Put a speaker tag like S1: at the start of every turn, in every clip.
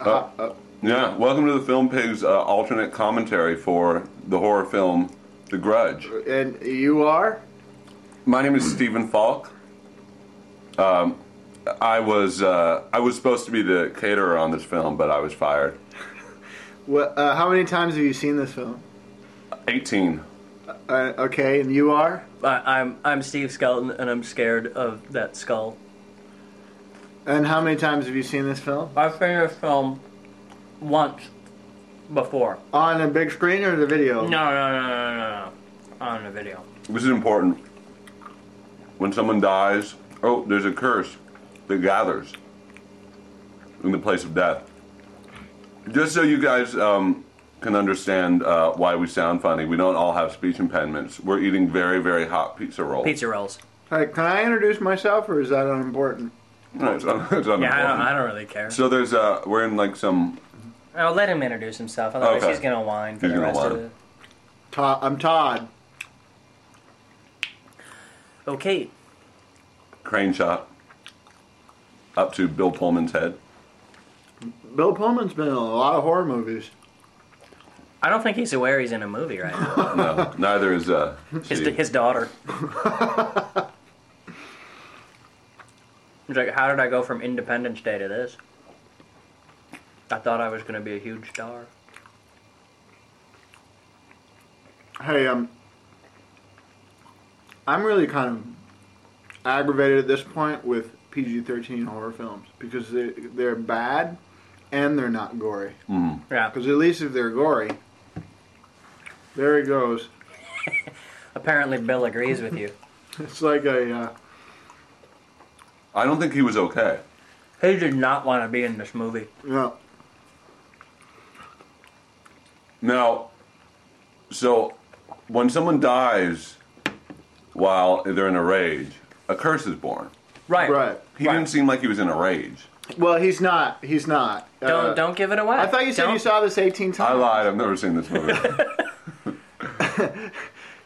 S1: Uh, uh, yeah, welcome to the Film Pigs uh, alternate commentary for the horror film The Grudge.
S2: And you are?
S1: My name is Stephen Falk. Um, I was uh, I was supposed to be the caterer on this film, but I was fired.
S2: What, uh, how many times have you seen this film?
S1: Eighteen.
S2: Uh, okay, and you are?
S3: I, I'm I'm Steve Skelton, and I'm scared of that skull.
S2: And how many times have you seen this film?
S3: I've seen this film once before.
S2: On a big screen or the video?
S3: No, no, no, no, no, no. on the video.
S1: This is important. When someone dies, oh, there's a curse that gathers in the place of death. Just so you guys um, can understand uh, why we sound funny, we don't all have speech impediments. We're eating very, very hot pizza rolls.
S3: Pizza rolls.
S2: Hey, can I introduce myself or is that unimportant?
S1: No, it's un- it's
S3: Yeah, I don't,
S1: unimportant.
S3: I don't really care.
S1: So there's uh, we're in like some
S3: I'll let him introduce himself. Otherwise,
S1: Okay.
S3: he's gonna whine for
S1: He's
S3: the
S1: gonna
S3: rest of
S1: whine.
S3: the.
S2: Todd, I'm Todd.
S3: Okay,
S1: crane shot up to Bill Pullman's head.
S2: Bill Pullman's been in a lot of horror movies.
S3: I don't think he's aware he's in a movie right now.
S1: No, neither is uh.
S3: His,
S1: Steve.
S3: his daughter. he's like, how did I go from Independence Day to this? I thought I was gonna be a huge star.
S2: Hey, um, I'm really kind of aggravated at this point with PG-13 horror films because they they're bad and they're not gory.
S3: Yeah.
S2: Because at least if they're gory, there he goes.
S3: Apparently, Bill agrees with you.
S2: It's like a uh,
S1: I don't think he was okay.
S3: He did not want to be in this movie.
S2: you know,
S1: Now, so when someone dies while they're in a rage, a curse is born.
S3: Right.
S2: right.
S1: He
S3: Right.
S1: didn't seem like he was in a rage.
S2: Well, he's not. He's not.
S3: Don't
S2: Uh,
S3: don't give it away.
S2: I thought you said
S3: Don't-
S2: you saw this 18 times.
S1: I lied. I've never seen this movie.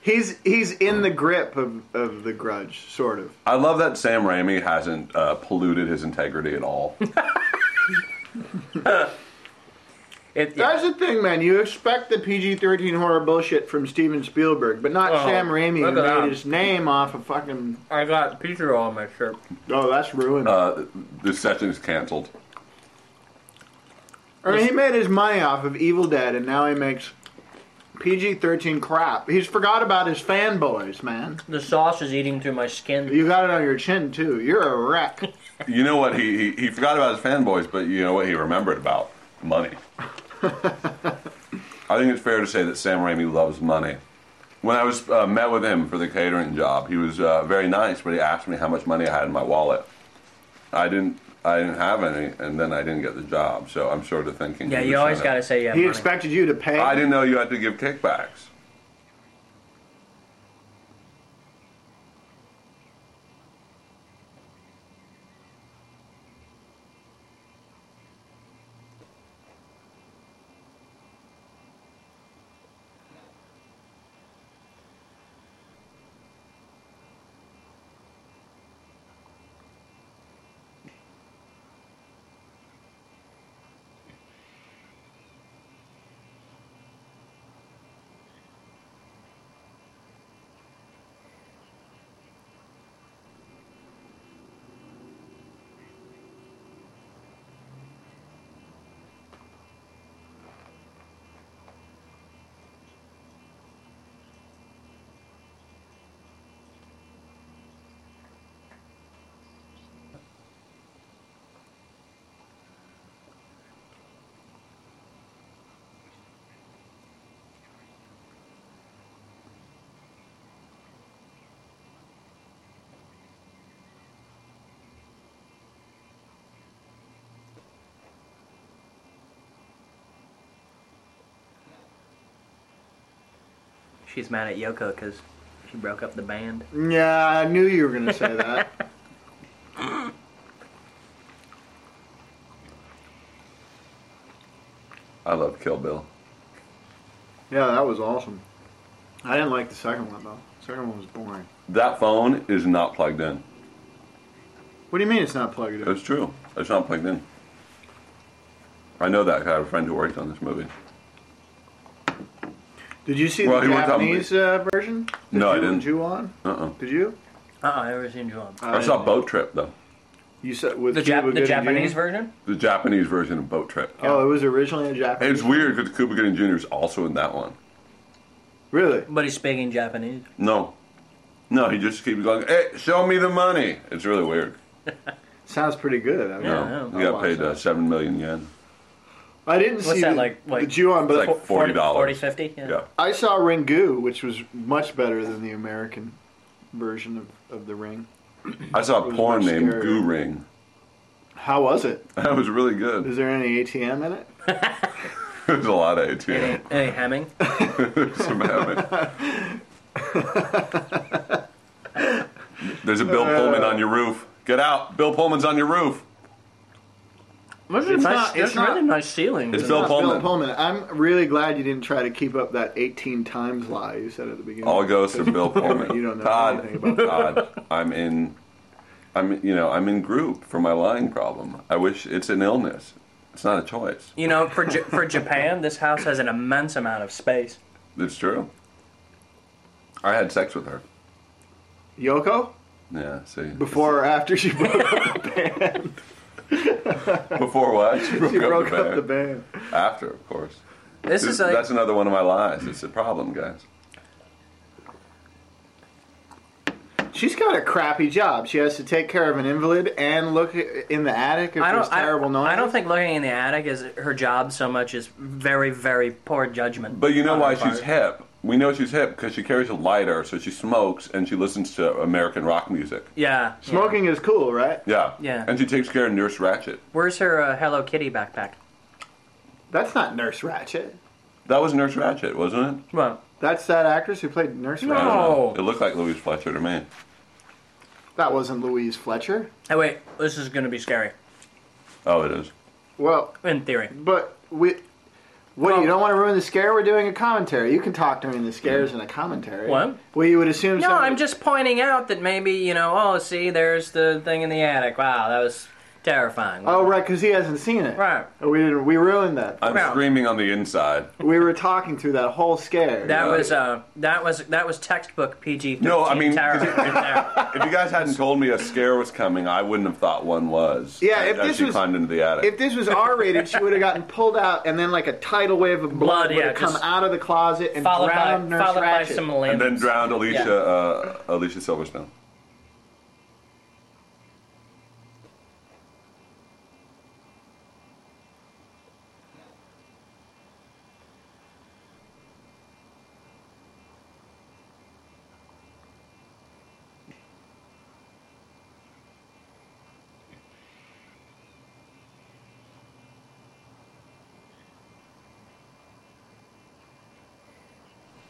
S2: He's he's in the grip of, of the grudge, sort of.
S1: I love that Sam Raimi hasn't uh, polluted his integrity at all.
S3: It, yeah.
S2: That's the thing, man. You expect the PG-13 horror bullshit from Steven Spielberg, but not
S3: Oh,
S2: Sam Raimi, who
S3: look at
S2: made
S3: that.
S2: his name off of fucking.
S3: I got pizza roll on my shirt.
S2: Oh, that's ruined.
S1: Uh, this session is canceled.
S2: I mean, he made his money off of Evil Dead, and now he makes PG-13 crap. He's forgot about his fanboys, man.
S3: The sauce is eating through my skin.
S2: You got it on your chin too. You're a wreck.
S1: You know what? He, he he forgot about his fanboys, but you know what he remembered about money. I think it's fair to say that Sam Raimi loves money. When I was uh, met with him for the catering job, he was uh, very nice, but he asked me how much money I had in my wallet. I didn't. I didn't have any, and then I didn't get the job. So I'm sort of thinking.
S3: Yeah,
S1: he
S3: you
S1: was
S3: always
S1: trying
S3: gotta say yeah.
S2: he expected you to pay.
S1: I didn't know you had to give kickbacks.
S3: She's mad at Yoko because she broke up the band.
S2: Yeah, I knew you were gonna say that.
S1: I love Kill Bill.
S2: yeah, that was awesome. I didn't like the second one though. The second one was boring.
S1: That phone is not plugged in.
S2: What do you mean it's not plugged in?
S1: It's true. It's not plugged in. I know that 'cause I have a friend who worked on this movie.
S2: Did you see
S1: Well,
S2: the
S1: he went on-
S2: Japanese uh, version? Did
S1: No, I
S2: you,
S1: didn't.
S2: Did you on?
S1: Uh-uh.
S2: Did you? Uh,
S3: Uh-uh, I never seen John.
S1: I saw Boat Trip though,
S2: You said with
S3: The,
S2: Cuba
S3: Jap- the
S2: Gooding
S3: Japanese
S2: Jr.?
S3: version?
S1: the Japanese version of Boat Trip.
S2: Oh, it was originally a Japanese.
S1: And it's weird because Cuba Gooding Jr. is also in that one.
S2: Really?
S3: But he's speaking Japanese.
S1: No, no, he just keeps going. Hey, show me the money. It's really weird.
S2: Sounds pretty good. I mean,
S3: Yeah,
S1: no,
S3: no,
S1: he
S2: I'll
S1: got
S2: watch
S1: paid uh,
S2: that.
S1: seven million yen.
S2: I didn't see
S3: that,
S2: the,
S3: like- like-
S2: the Ju-on, but
S1: It's like
S3: Fo-
S1: $40.
S3: 40, 50? Yeah.
S1: Yeah,
S2: I saw Ringu, which was much better than the American version of, of the Ring.
S1: I saw
S2: It
S1: a
S2: was
S1: porn
S2: much
S1: named
S2: scarier.
S1: Goo Ring.
S2: How was it?
S1: That was really good.
S2: Is there any ATM in it?
S1: There's a lot of ATM.
S3: Hey, Hemming.
S1: Some heaven. There's a Bill
S2: Uh,
S1: Pullman on your roof. Get out! Bill Pullman's on your roof.
S3: It's nice, there's really nice ceilings.
S1: It's
S3: in
S1: Bill
S2: not
S3: that.
S1: Pullman.
S2: Uh, Bill Pullman. I'm really glad you didn't try to keep up that 18 times lie you said at the beginning.
S1: All goes to Bill Pullman.
S2: You don't know
S1: Todd,
S2: anything about
S1: Todd, I'm in. I'm you know I'm in group for my lying problem. I wish it's an illness. It's not a choice.
S3: You know, for, J- for Japan, this house has an immense amount of space.
S1: It's true. I had sex with her.
S2: Yoko?
S1: Yeah. See.
S2: Before or after she broke,
S1: Before what? She broke,
S2: she
S1: up,
S2: broke
S1: the
S2: up the
S1: band.
S2: band?
S1: After, of course.
S3: This
S1: This-
S3: is like,
S1: that's another one of my lies. It's a problem, guys.
S2: She's got a crappy job. She has to take care of an invalid and look in the attic if
S3: I
S2: there's
S3: don't, I,
S2: terrible noise.
S3: I don't think looking in the attic is her job so much as very, very poor judgment.
S1: But you know
S3: on
S1: why
S3: her part.
S1: she's hip. We know she's hip because she carries a lighter, so she smokes and she listens to American rock music.
S3: Yeah. yeah.
S2: Smoking is cool, right?
S1: Yeah.
S3: Yeah.
S1: And she takes care of Nurse Ratchet.
S3: Where's her uh, Hello Kitty backpack?
S2: That's not Nurse Ratchet.
S1: That was Nurse Ratchet, wasn't it?
S3: Well,
S2: That's that actress who played Nurse
S1: I don't
S2: Ratchet.
S1: know.
S3: No.
S1: It looked like Louise Fletcher to me.
S2: That wasn't Louise Fletcher.
S3: hey, wait. This is going to be scary,
S1: Oh, it is.
S2: Well,
S3: in theory.
S2: but we. What,
S3: Well-
S2: you don't want to ruin the scare? We're doing a commentary. You can talk during the scares in a commentary.
S3: What?
S2: Well, you would assume
S3: No,
S2: somebody-
S3: I'm just pointing out that maybe, you know, oh, see, there's the thing in the attic. Wow, that was terrifying.
S2: Oh, right, because he hasn't seen it.
S3: Right.
S2: We didn't. We ruined that.
S1: I'm
S3: Well-
S1: screaming on the inside.
S2: we were talking through that whole scare.
S3: That
S1: Yeah.
S3: was uh, that was that was textbook PG.
S1: No, I mean-
S3: terror right there.
S1: If you guys hadn't told me a scare was coming, I wouldn't have thought one was.
S2: Yeah,
S1: as,
S2: if
S1: as
S2: this
S1: she
S2: was-
S1: climbed into the attic.
S2: If this was R-rated, she would have gotten pulled out, and then like a tidal wave of blood,
S3: Blood,
S2: would
S3: yeah,
S2: have come
S3: just-
S2: out of the closet and
S3: followed by
S2: drowned Nurse
S3: followed by
S2: Ratched.
S3: some
S1: and
S3: limbs.
S1: then drowned Alicia, uh, Alicia Silverstone.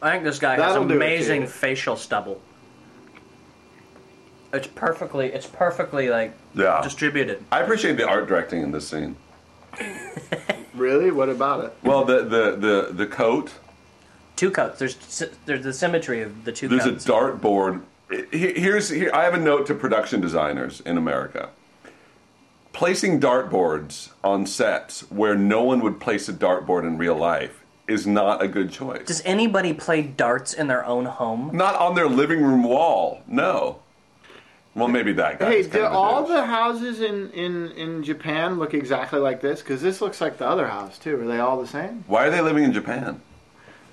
S3: I think this guy has
S2: That'll do it to
S3: amazing
S2: you.
S3: facial stubble. It's perfectly it's perfectly like
S1: Yeah.
S3: distributed.
S1: I appreciate the art directing in this scene.
S2: Really? What about it?
S1: Well, the the the, the coat.
S3: Two coats. There's sy- there's the symmetry of the two
S1: There's a
S3: coats.
S1: dartboard. Here- Here's here, I have a note to production designers in America. Placing dartboards on sets where no one would place a dartboard in real life is not a good choice.
S3: Does anybody play darts in their own home?
S1: not on their living room wall. No. Well, maybe that guy.
S2: Hey,
S1: is kind
S2: do
S1: of a
S2: all
S1: douche.
S2: the houses in, in, in Japan look exactly like this? Because this looks like the other house too. Are they all the same?
S1: Why are they living in Japan?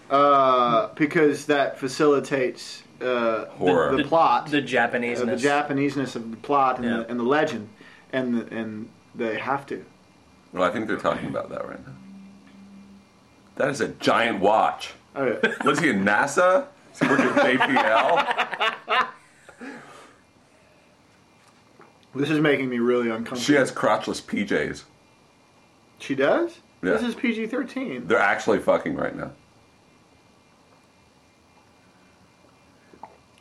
S2: Uh, because that facilitates uh,
S1: Horror.
S2: The, the plot,
S3: The
S2: the,
S3: Japanese.
S2: uh, the Japaneseness of the plot and,
S3: Yeah.
S2: the, and the legend, and the, and they have to.
S1: Well, I think they're talking about that right now. That is a giant watch.
S2: Okay.
S1: Was he in NASA? Is he working at JPL?
S2: this is making me really uncomfortable.
S1: She has crotchless PJs.
S2: She does?
S1: Yeah.
S2: This is PG 13.
S1: They're actually fucking right now.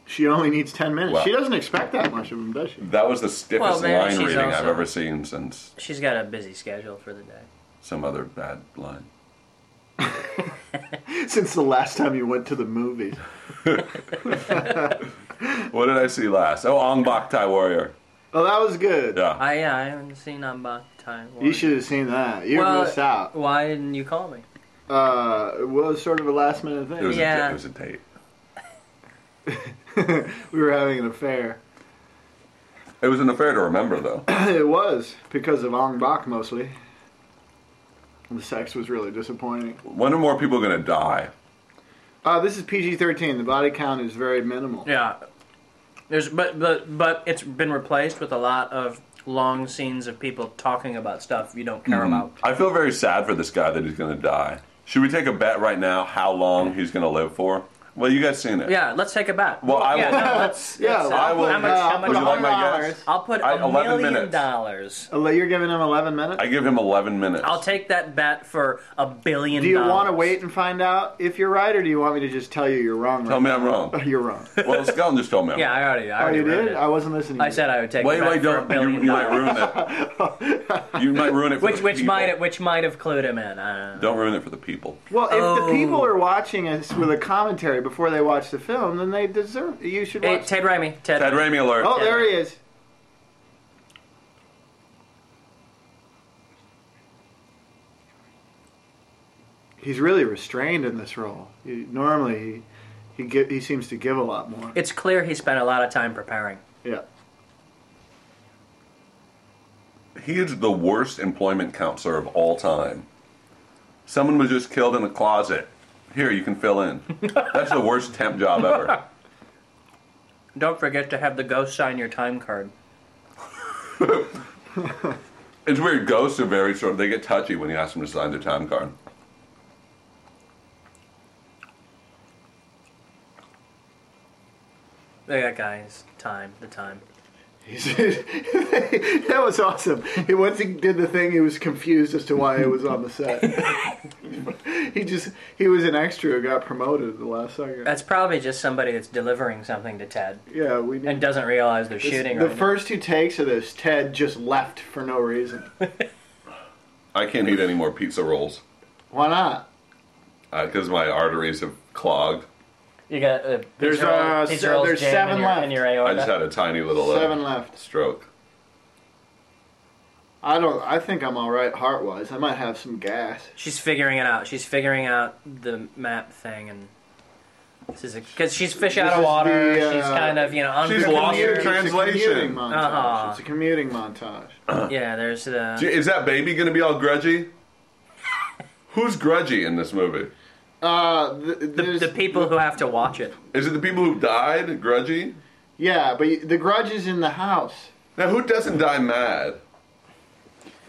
S2: She only needs 10 minutes.
S1: Wow.
S2: She doesn't expect that much of him, does she?
S1: That was the stiffest
S3: Well, maybe
S1: line
S3: she's
S1: reading I've
S3: also-
S1: ever seen since
S3: She's got a busy schedule for the day.
S1: some other bad line.
S2: Since the last time you went to the movies.
S1: What did I see last? Oh, Ong Bak Thai Warrior.
S2: Oh, that was good.
S1: Yeah.
S3: I yeah, I haven't seen that about time.
S2: You should have seen that. You
S3: Well,
S2: missed out.
S3: Why didn't you call me?
S2: Uh, it was sort of a last minute
S1: it, was
S2: thing.
S1: a,
S3: Yeah.
S1: it was a date.
S2: we were having an affair.
S1: It was an affair to remember, though.
S2: it was because of Ong Bak mostly. The sex was really disappointing.
S1: When are more people going to die?
S2: Uh, this is PG thirteen. The body count is very minimal.
S3: Yeah. There's but but but it's been replaced with a lot of long scenes of people talking about stuff you don't
S2: Mm-hmm.
S3: care about.
S1: I feel very sad for this guy that he's going to die. Should we take a bet right now how long he's going to live for? Well, you guys seen it.
S3: Yeah, let's take a bet.
S1: Well, I
S3: yeah,
S1: will-
S3: No, let's,
S2: Yeah,
S3: let's-
S2: well,
S1: I
S3: I'll put-
S1: will-
S3: How much?
S2: uh,
S3: how much
S1: Would you like my
S2: $100?
S1: guess?
S3: I'll put
S1: I-
S3: a
S1: 11
S3: million
S1: minutes.
S3: dollars.
S2: Ale- You're giving him eleven minutes.
S1: I give him 11 minutes.
S3: I'll take that bet for a billion.
S2: do you
S3: dollars.
S2: want to wait and find out if you're right, or do you want me to just tell you you're wrong?
S1: Tell
S2: right
S1: me I'm
S2: now?
S1: wrong.
S2: You're wrong.
S1: well, Skeleton just told me I'm
S3: Yeah, I already. I
S2: oh,
S3: already
S2: you
S3: wrote
S2: did?
S3: It.
S2: I wasn't listening.
S3: I said I would take.
S1: Wait,
S3: a bet
S1: wait,
S3: for a
S1: don't. You,
S3: billion
S1: you might
S3: dollars.
S1: ruin it. You might ruin it for
S3: Which
S1: the
S3: which
S1: people.
S3: might which might have clued him in. I don't know.
S1: Don't ruin it for the people.
S2: Well, if
S3: Oh.
S2: the people are watching us with a commentary before they watch the film, then they deserve. You should
S3: Hey,
S2: watch.
S3: Ted Raimi. Ted.
S1: Ted Raimi alert.
S2: oh, there he is. He's really restrained in this role. He, normally, he he, gi- he seems to give a lot more.
S3: It's clear he spent a lot of time preparing.
S2: Yeah.
S1: He is the worst employment counselor of all time. Someone was just killed in a closet. Here, you can fill in. That's the worst temp job ever.
S3: Don't forget to have the ghost sign your time card.
S1: It's weird. Ghosts are very sort of, they get touchy when you ask them to sign their time card.
S3: They got guys. Time. The time.
S2: He said- that was awesome. He once he did the thing, he was confused as to why it was on the set. he just he was an extra who got promoted at the last second.
S3: That's probably just somebody that's delivering something to Ted
S2: yeah, we need
S3: and doesn't realize they're
S2: this-
S3: shooting.
S2: The
S3: right now.
S2: first two takes of this, Ted just left for no reason.
S1: I can't eat any more pizza rolls
S2: Why not?
S1: because my arteries have clogged.
S3: You got uh,
S2: There's,
S3: pizza roll-
S2: uh,
S3: pizza
S2: se-
S3: rolls
S2: there's
S3: jam
S2: seven
S3: in your,
S2: left.
S3: in your
S1: I
S3: aorta.
S1: just had a tiny little uh,
S2: Seven left.
S1: stroke.
S2: I don't. I think I'm all right heart wise. I might have some gas.
S3: She's figuring it out. She's figuring out the map thing and. This is because she's fish out
S2: This
S3: of
S2: is
S3: water.
S2: the, uh,
S3: she's kind of you know
S1: She's
S3: unfamiliar.
S1: lost her
S2: It's a
S1: translation.
S2: commuting montage.
S3: Uh-huh. Uh,
S2: It's a commuting montage.
S3: Yeah, there's
S1: Gee,
S3: the
S1: Is that baby going to be all grudgy? Who's grudgy in this movie?
S2: Uh, th-
S3: the, the people who have to watch it.
S1: Is it the people who died grudgy?
S2: Yeah, but y- the grudge is in the house.
S1: Now, who doesn't die mad?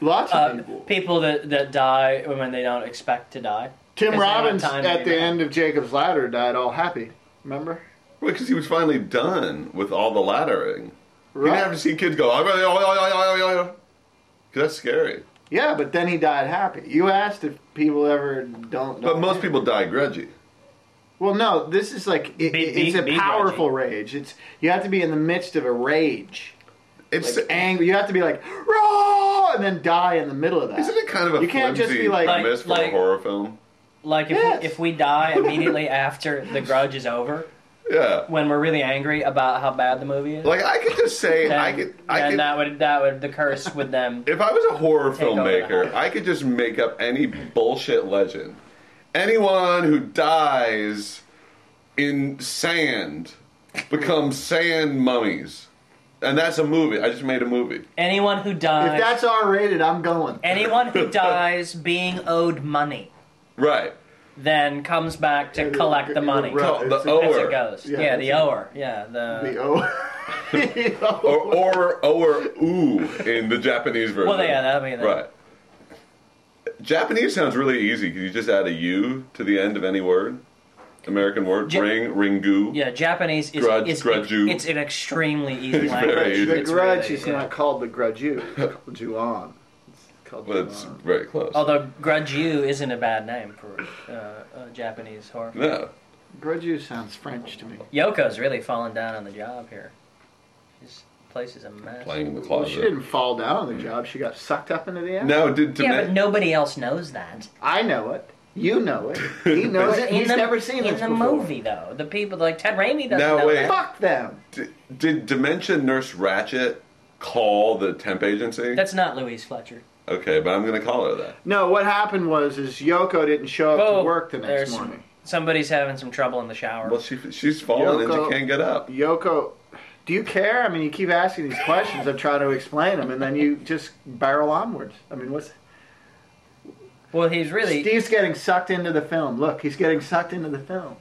S2: Lots of
S3: Uh,
S2: people.
S3: people that that die when they don't expect to die. Is
S2: Tim
S3: there not
S2: Robbins
S3: time
S2: at the
S3: anymore?
S2: end of Jacob's Ladder died all happy. Remember?
S1: Because he was finally done with all the laddering. You
S2: Right.
S1: didn't have to see kids go, because that's scary.
S2: Yeah, but then he died happy. You asked if people ever don't.
S1: But
S2: die.
S1: most people die grudgy.
S2: Well, no. This is like it,
S3: Be-
S2: it's
S3: be-
S2: a
S3: be
S2: powerful rage. It's you have to be in the midst of a rage,
S1: It's
S2: like anger. You have to be like raw, and then die in the middle of that.
S1: Isn't it kind of a
S2: You can't just
S1: flimsy
S2: be like-
S1: premise
S3: Like-
S1: for a
S3: like-
S1: horror film?
S3: Like if
S2: Yes.
S3: we, if we die immediately after the grudge is over,
S1: Yeah.
S3: when we're really angry about how bad the movie is,
S1: Like I could just say
S3: then,
S1: I could I
S3: then
S1: could
S3: that would that would the curse would then
S1: if I was a horror
S3: Take over the
S1: filmmaker,
S3: house.
S1: I could just make up any bullshit legend. Anyone who dies in sand becomes sand mummies. And that's a movie. I just made a movie.
S3: anyone who dies
S2: If that's R rated, I'm going.
S3: anyone who dies being owed money
S1: Right.
S3: then comes back to
S2: Yeah,
S3: collect the
S2: you're
S3: money.
S2: right.
S1: Called the
S2: it's-
S3: As
S1: ower.
S3: it goes.
S2: Yeah,
S3: Yeah,
S2: that's
S3: the
S2: it.
S3: ower. Yeah, the,
S2: The O.
S1: Or or or ooh in the Japanese version.
S3: Well, yeah, that'd be the-
S1: Right. Japanese sounds really easy because you just add a u to the end of any word. American word
S3: Ja-
S1: ring ringu.
S3: yeah, Japanese is
S1: Grudge-
S3: is
S1: grudge-u.
S3: it's an extremely easy
S1: It's
S3: language.
S1: very easy.
S2: The
S1: It's
S2: grudge
S3: really-
S2: is
S3: yeah.
S2: not called the grudge. You. It's called Julan. It's called
S1: But it's
S2: Julan.
S1: very close.
S3: Although grudge you isn't a bad name for uh, a Japanese horror.
S1: no.
S2: Grudge you sounds French to me.
S3: Yoko's really falling down on the job here. This place is a mess.
S1: Playing in the
S2: Well, she
S1: closet.
S2: didn't fall down on the job. She got sucked up into the air.
S1: No, did to
S3: Yeah,
S1: me-
S3: but nobody else knows that.
S2: I know it. You know it. He knows it. He's
S3: the,
S2: never seen
S3: in
S2: this
S3: the
S2: before.
S3: movie though. The people like Ted Raimi doesn't
S1: No,
S3: know
S1: wait.
S3: that.
S2: Fuck them.
S1: D- did Dementia Nurse Ratchet call the temp agency?
S3: That's not Louise Fletcher.
S1: okay, but I'm gonna call her that.
S2: No, what happened was is Yoko didn't show up
S3: Whoa,
S2: to work the next
S3: Oh, there's-
S2: morning.
S3: Somebody's having some trouble in the shower.
S1: Well, she she's fallen and
S2: Yoko-
S1: she can't get up.
S2: Yoko, do you care? I mean, you keep asking these questions. I'm trying to explain them, and then you just barrel onwards. I mean, what's
S3: Well, he's really
S2: Steve's getting sucked into the film. Look, he's getting sucked into the film.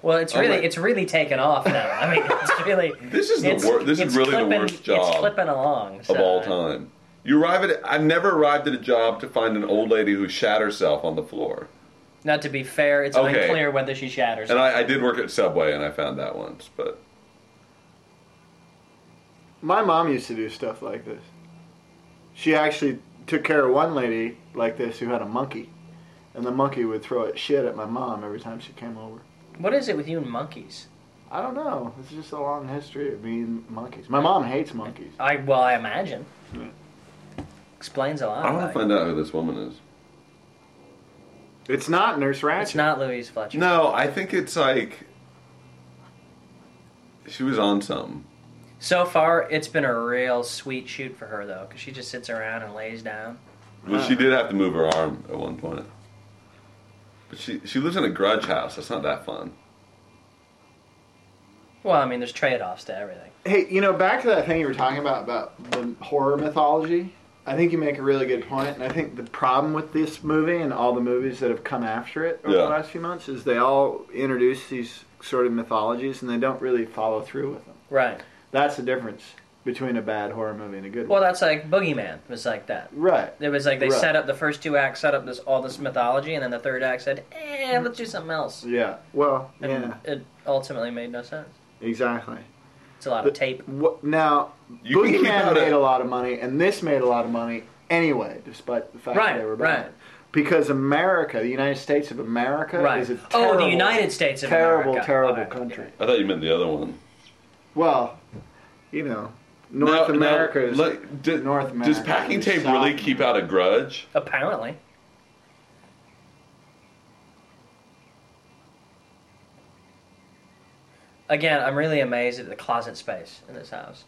S3: well. It's
S1: Oh,
S3: really
S1: my-
S3: it's really taken off now. I mean, it's really
S1: This is the
S3: it's-
S1: worst. This
S3: it's
S1: is really the
S3: clipping-
S1: worst
S3: It's
S1: job
S3: clipping along
S1: of all
S3: so-
S1: time. You arrive at. I've never arrived at a job to find an old lady who shat herself on the floor.
S3: Not to be fair, it's
S1: Okay.
S3: unclear whether she shatters.
S1: And I, I did work at Subway, and I found that once. But
S2: My mom used to do stuff like this. She actually took care of one lady like this who had a monkey, and the monkey would throw it shit at my mom every time she came over.
S3: what is it with you and monkeys?
S2: I don't know. It's just a long history of being monkeys. My mom hates monkeys.
S3: I well, I imagine explains a lot.
S1: I want
S3: about
S1: to
S3: you.
S1: find out who this woman is.
S2: It's not Nurse Ratched.
S3: It's not Louise Fletcher.
S1: No, I think it's like she was on something.
S3: So far, it's been a real sweet shoot for her though, because she just sits around and lays down.
S1: Well, she did have to move her arm at one point. But she she lives in a grudge house. That's not that fun.
S3: Well, I mean, there's trade-offs to everything.
S2: Hey, you know, back to that thing you were talking about about the horror mythology. I think you make a really good point, and I think the problem with this movie and all the movies that have come after it over
S1: Yeah.
S2: the last few months is they all introduce these sort of mythologies and they don't really follow through with them.
S3: Right.
S2: That's the difference between a bad horror movie and a good
S3: Well,
S2: one.
S3: that's like Boogeyman was like that.
S2: Right.
S3: It was like they
S2: Right.
S3: set up the first two acts, set up this all this mythology, and then the third act said, "Eh, let's do something else."
S2: Yeah. Well,
S3: And
S2: yeah.
S3: it ultimately made no sense.
S2: Exactly.
S3: It's a lot of tape.
S2: What, now,
S1: You can keep
S2: Boogeyman
S1: out
S2: made
S1: of-
S2: a lot of money, and this made a lot of money anyway, despite the fact
S3: Right,
S2: that they were
S3: right.
S2: bad. Because America, the United States of America,
S3: Right.
S2: is a
S3: oh,
S2: terrible,
S3: the United States of
S2: terrible,
S3: America.
S2: terrible
S3: Alright.
S2: country.
S1: I thought you meant the other one.
S2: Well, you know, North
S1: No, no,
S2: America is
S1: look, d-
S2: North
S1: Does
S2: America
S1: packing
S2: is
S1: tape
S2: South
S1: really keep out a grudge?
S3: Apparently. Again, I'm really amazed at the closet space in this house.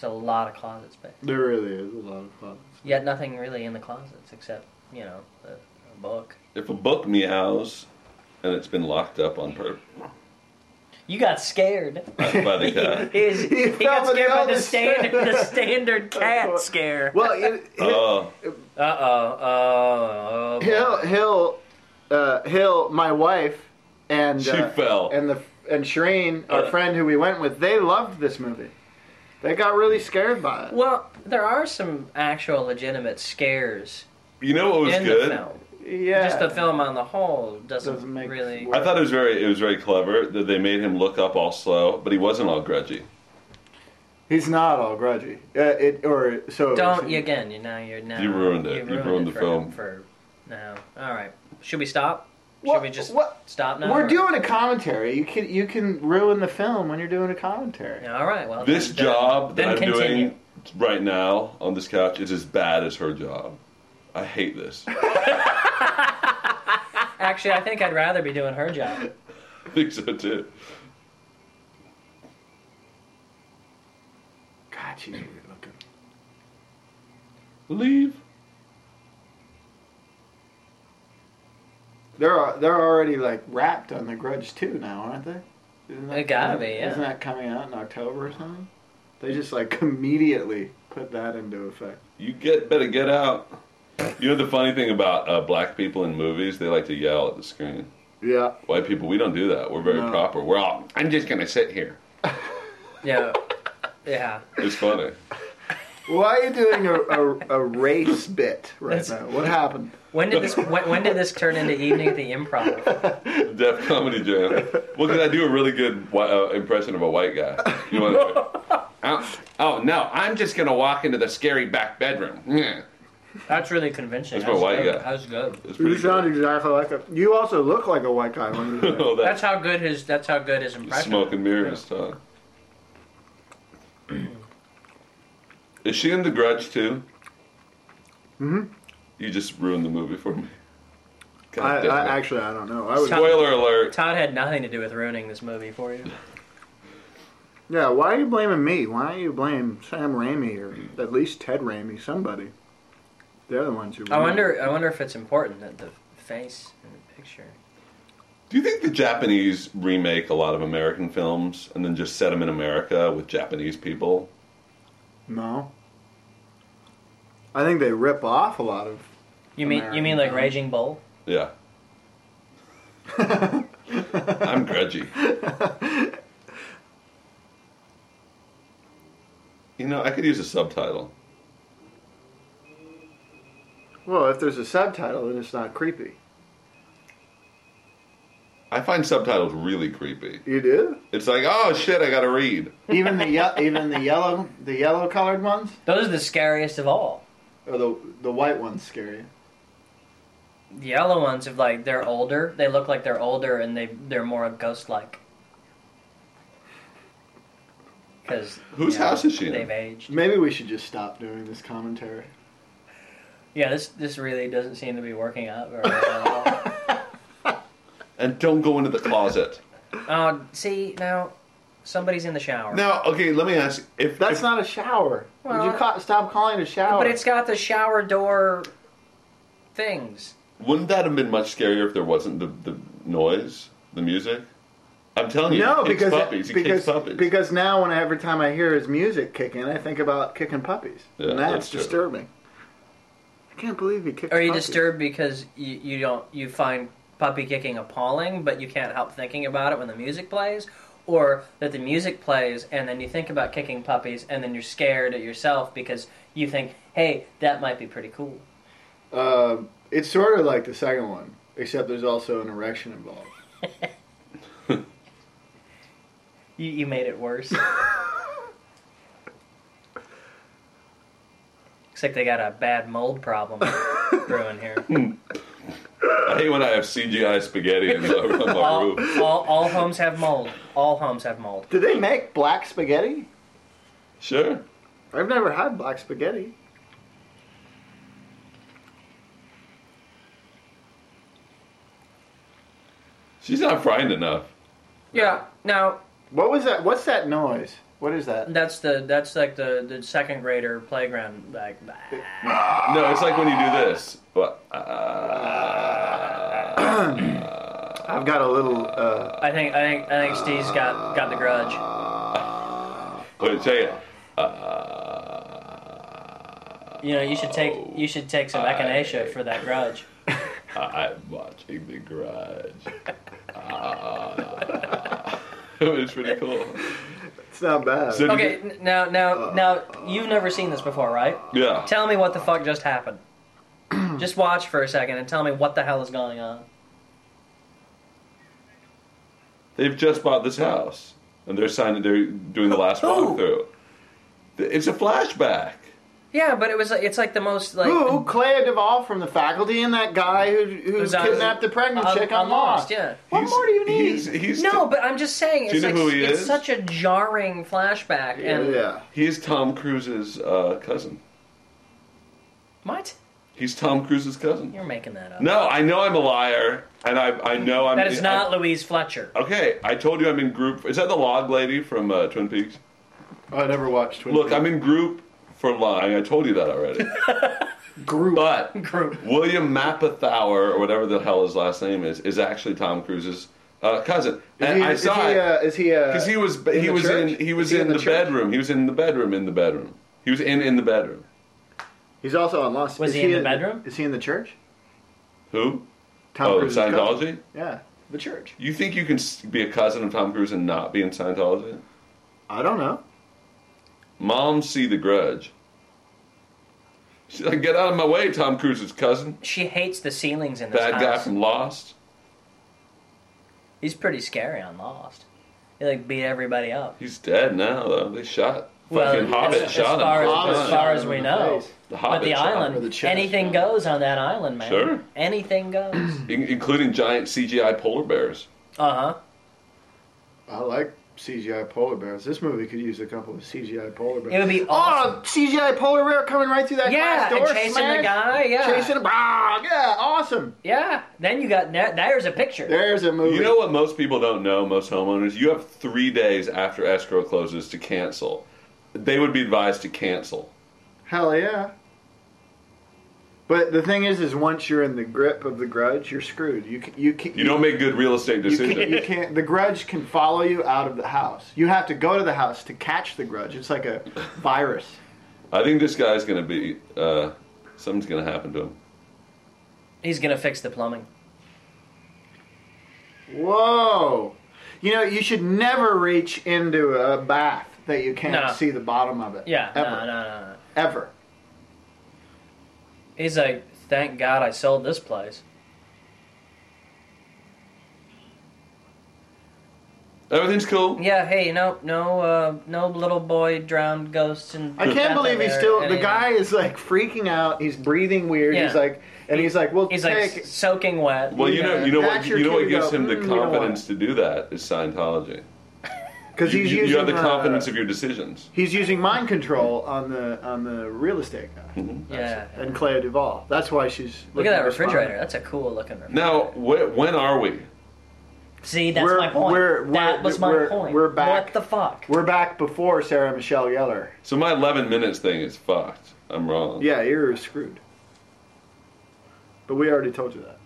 S3: There's a lot of closet space.
S2: there really is a lot of fun.
S3: Yet nothing really in the closets except, you know, a, a book.
S1: If a book meows and it's been locked up on purpose
S3: You got scared.
S1: by the cat.
S3: His, he
S2: fell
S3: got
S2: for the
S3: scared by the
S2: other
S3: standard, the standard cat scare.
S2: Well, it,
S1: Oh,
S3: Uh oh. Oh.
S2: Hill, Hill, uh, Hill, my wife, and
S1: She
S2: uh,
S1: fell.
S2: and the and Shireen, our
S1: Uh.
S2: friend who we went with, they loved this movie. They got really scared by it.
S3: Well, there are some actual legitimate scares
S1: you know what was
S3: in
S1: good?
S3: the film.
S2: Yeah,
S3: Just the film on the whole doesn't,
S2: Doesn't make
S3: really.
S2: sense.
S1: I thought it was very it was very clever that they made him look up all slow, but he wasn't all grudgy.
S2: He's not all grudgy. Uh, it or so.
S3: Don't you again? You now you're now.
S1: You ruined it. You ruined the
S3: for
S1: film.
S3: For now. All right. Should we stop? Should
S2: What-
S3: we just
S2: what-
S3: stop now?
S2: We're doing a commentary. You can you can ruin the film when you're doing a commentary.
S3: All right. Well,
S1: This
S3: then- then-
S1: job that
S3: then
S1: I'm
S3: continue.
S1: doing right now on this couch is as bad as her job. I hate this.
S3: Actually, I think I'd rather be doing her job.
S1: I think so too.
S2: God, she's weird looking.
S1: Leave.
S2: They're al- they're already like wrapped on the Grudge too now, aren't they? Isn't
S3: They gotta
S2: coming-
S3: be, yeah.
S2: Isn't that coming out in October or something? They just like immediately put that into effect.
S1: You get better get out. You know the funny thing about uh, black people in movies, they like to yell at the screen.
S2: Yeah.
S1: White people, we don't do that. We're very
S2: No.
S1: proper. We're all. I'm just gonna sit here.
S3: Yeah. Yeah.
S1: It's funny.
S2: Why are you doing a, a, a race bit right
S3: That's-
S2: now? What happened?
S3: When did this? When, when did this turn into evening at the improv?
S1: Deaf comedy jam. Well, 'cause I do a really good whi- uh, impression of a white guy. You want to? oh, oh no! I'm just gonna walk into the scary back bedroom. Yeah.
S3: That's really convincing.
S1: That's my white
S3: good.
S1: guy.
S3: That's good.
S1: It's pretty
S2: You
S1: good.
S2: sound exactly like a. You also look like a white guy. When you do that.
S1: Oh, that's
S3: That's how good his. That's how good his impression.
S1: smoke and mirrors talk. Is she in The Grudge too? Mm-hmm.
S2: Mm-hmm.
S1: You just ruined the movie for me. God
S2: I,
S1: damn
S2: I
S1: it.
S2: actually I don't know. I was
S3: Stop.
S1: Spoiler alert.
S3: Todd had nothing to do with ruining this movie for you.
S2: Yeah, why are you blaming me? Why don't you blame Sam Raimi or at least Ted Raimi, somebody? They're the ones who.
S3: I wonder. I wonder if it's important that the face in the picture.
S1: Do you think the Japanese remake a lot of American films and then just set them in America with Japanese people?
S2: No. I think they rip off a lot of.
S3: You mean you mean like
S2: American.
S3: Raging Bull?
S1: Yeah. I'm grudgy. You know, I could use a subtitle.
S2: Well, if there's a subtitle, then it's not creepy.
S1: I find subtitles really creepy.
S2: You do?
S1: It's like, oh shit, I gotta read.
S2: Even the ye- even the yellow the yellow colored ones
S3: Those are the scariest of all.
S2: or the the white ones scary.
S3: The yellow ones, if like they're older, they look like they're older and they they're more ghost-like. Because
S1: Whose house is she in?
S3: They've aged.
S2: Maybe we should just stop doing this commentary.
S3: Yeah, this this really doesn't seem to be working out very well at all.
S1: And don't go into the closet.
S3: Uh, see now, somebody's in the shower.
S1: Now, okay, let me ask if
S2: That's
S1: if-
S2: not a shower. Would
S3: Well-
S2: you ca- stop calling it a shower?
S3: But it's got the shower door things.
S1: wouldn't that have been much scarier if there wasn't the, the noise, the music? I'm telling you,
S2: no
S1: he kicks
S2: because
S1: puppies. He
S2: because
S1: kicks puppies.
S2: because now when every time I hear his music kicking, I think about kicking puppies,
S1: Yeah,
S2: and that's,
S1: that's true.
S2: disturbing. I can't believe he kicked.
S3: Are you
S2: puppies.
S3: disturbed because you, you don't you find puppy kicking appalling, but you can't help thinking about it when the music plays, or that the music plays and then you think about kicking puppies and then you're scared at yourself because you think, hey, that might be pretty cool.
S2: Uh, it's sort of like the second one, except there's also an erection involved.
S3: You, you made it worse. Looks like they got a bad mold problem brewing here.
S1: I hate when I have CGI spaghetti in the, on my
S3: All,
S1: roof.
S3: all, all homes have mold. All homes have mold.
S2: Do they make black spaghetti?
S1: Sure.
S2: I've never had black spaghetti.
S1: She's not frightened enough.
S3: Yeah. Now
S2: What was that? What's that noise? What is that?
S3: that's the that's like the, the second grader playground like. bah.
S1: No, it's like when you do this. But uh,
S2: I've got a little. Uh,
S3: I think I think I think Steve's got got the grudge.
S1: wait, say it.
S3: You know you should take you should take some echinacea for that grudge.
S1: I'm watching the garage. it was Uh, pretty cool.
S2: it's not bad.
S1: So-
S3: Okay. n- Now now now you've never seen this before, right?
S1: Yeah.
S3: Tell me what the fuck just happened. just watch for a second and tell me what the hell is going on.
S1: They've just bought this house, and they're signing. They're doing the last walkthrough. It's a flashback.
S3: Yeah, but it was like- it's like the most like
S2: Who? Claire Duvall from the faculty and that guy who who
S3: Who's on-
S2: kidnapped the pregnant
S3: on-
S2: chick on
S3: on
S2: Lost.
S3: Lost, yeah.
S2: What
S1: He's-
S2: more do you need?
S1: He's, he's
S3: No, but I'm just
S1: Do
S3: saying
S1: you
S3: it's
S1: know
S3: like
S1: who he
S3: it's
S1: is?
S3: such a jarring flashback and
S2: yeah.
S1: he's Tom Cruise's uh, cousin.
S3: what?
S1: He's Tom Cruise's cousin.
S3: You're making that up.
S1: No, I know I'm a liar, and I I know I'm.
S3: that is
S1: I'm-
S3: not Louise Fletcher.
S1: Okay, I told you I'm in group. Is that the log lady from uh, Twin Peaks?
S2: Oh, I never watched. Twin
S1: Look,
S2: Peaks.
S1: I'm in group for lying. I told you that already.
S2: group.
S1: But
S3: Group.
S1: William Mappenthauer, or whatever the hell his last name is, is actually Tom Cruise's uh, cousin.
S2: Is
S1: And
S2: he,
S1: I
S2: is
S1: saw
S2: he,
S1: it
S2: uh, is he? uh,
S1: because he was
S2: in
S1: he
S2: the
S1: was
S2: church?
S1: in he
S2: Is
S1: was
S2: he
S1: in, the,
S2: church?
S1: bedroom. He was in the bedroom in the bedroom. He was in in the bedroom.
S2: He's also on Lost.
S3: Was
S2: Is
S3: he in the bedroom?
S2: Is he in the church?
S1: Who?
S2: Tom
S1: oh,
S2: Cruise's
S1: Scientology.
S2: cousin. Yeah, the church.
S1: You think you can s- be a cousin of Tom Cruise and not be in Scientology?
S2: I don't know.
S1: Mom, see the grudge. She's like, get out of my way, Tom Cruise's cousin.
S3: She hates the ceilings in this
S1: Bad guy
S3: house.
S1: from Lost.
S3: He's pretty scary on Lost. He like beat everybody up.
S1: He's dead now, though. They shot.
S3: Well,
S1: fucking
S3: as-
S1: Hobbit
S3: as
S1: shot
S3: far
S1: him.
S3: as-
S1: Hobbit
S3: as
S1: shot
S3: far
S1: him.
S3: as we
S2: in the
S3: know.
S2: face.
S1: The
S3: But
S1: Hobbit
S3: the
S1: shot him.
S3: island,
S2: Or the chest,
S3: anything
S2: yeah.
S3: goes on that island, man.
S1: Sure.
S3: Anything goes. Uh-huh.
S1: In- including giant CGI polar bears.
S3: Uh huh.
S2: I like CGI polar bears. This movie could use a couple of CGI polar bears.
S3: It would be
S2: Oh, CGI polar bear coming right through that
S3: yeah,
S2: glass door,
S3: and chasing
S2: smash,
S3: the guy. Yeah,
S2: chasing him. Ah, yeah, awesome.
S3: yeah. Then you got there- there's a picture.
S2: There's a movie.
S1: You know what most people don't know, most homeowners? You have three days after escrow closes to cancel. They would be advised to cancel.
S2: Hell yeah. But the thing is, is once you're in the grip of the grudge, you're screwed. You can, you can,
S1: You don't make good real estate
S2: You can't, you
S1: decisions.
S2: can't. The grudge can follow you out of the house. You have to go to the house to catch the grudge. It's like a virus.
S1: I think this guy's going to be, uh, something's going to happen to him.
S3: He's gonna fix the plumbing.
S2: Whoa! You know, you should never reach into a bath that you can't
S3: No.
S2: see the bottom of it.
S3: Yeah,
S2: Ever.
S3: no, no, no, no.
S2: Ever.
S3: He's like, thank God I sold this place.
S1: Everything's cool.
S3: Yeah, hey, no, no, uh, no little boy drowned ghosts and.
S2: I can't believe he's still. The guy is like freaking out. He's breathing weird. He's
S3: Yeah.
S2: like, and he's like, well,
S3: He's like
S2: take.
S3: soaking wet.
S1: Well, you know, you know what,
S2: That's your
S1: you know
S2: cue
S1: what
S2: to
S1: gives
S2: go,
S1: him the
S2: "Mm, you know
S1: confidence to do that is Scientology.
S2: because
S1: You,
S2: he's
S1: you-
S2: using
S1: you have the
S2: uh,
S1: confidence of your decisions.
S2: He's using mind control on the on the real estate guy
S3: yeah.
S2: and Claire Duvall. That's why she's.
S3: Look at
S2: looking
S3: that
S2: for Spawn.
S3: refrigerator. That's a cool looking refrigerator.
S1: Now, wh- when are we?
S3: See, that's
S2: We're-
S3: my point.
S2: we're- we're-
S3: that was my
S2: we're-
S3: point.
S2: we're back.
S3: What the fuck?
S2: We're back before Sarah Michelle Gellar.
S1: So my 11 minutes thing is fucked. I'm wrong.
S2: Yeah, you're screwed. But we already told you that.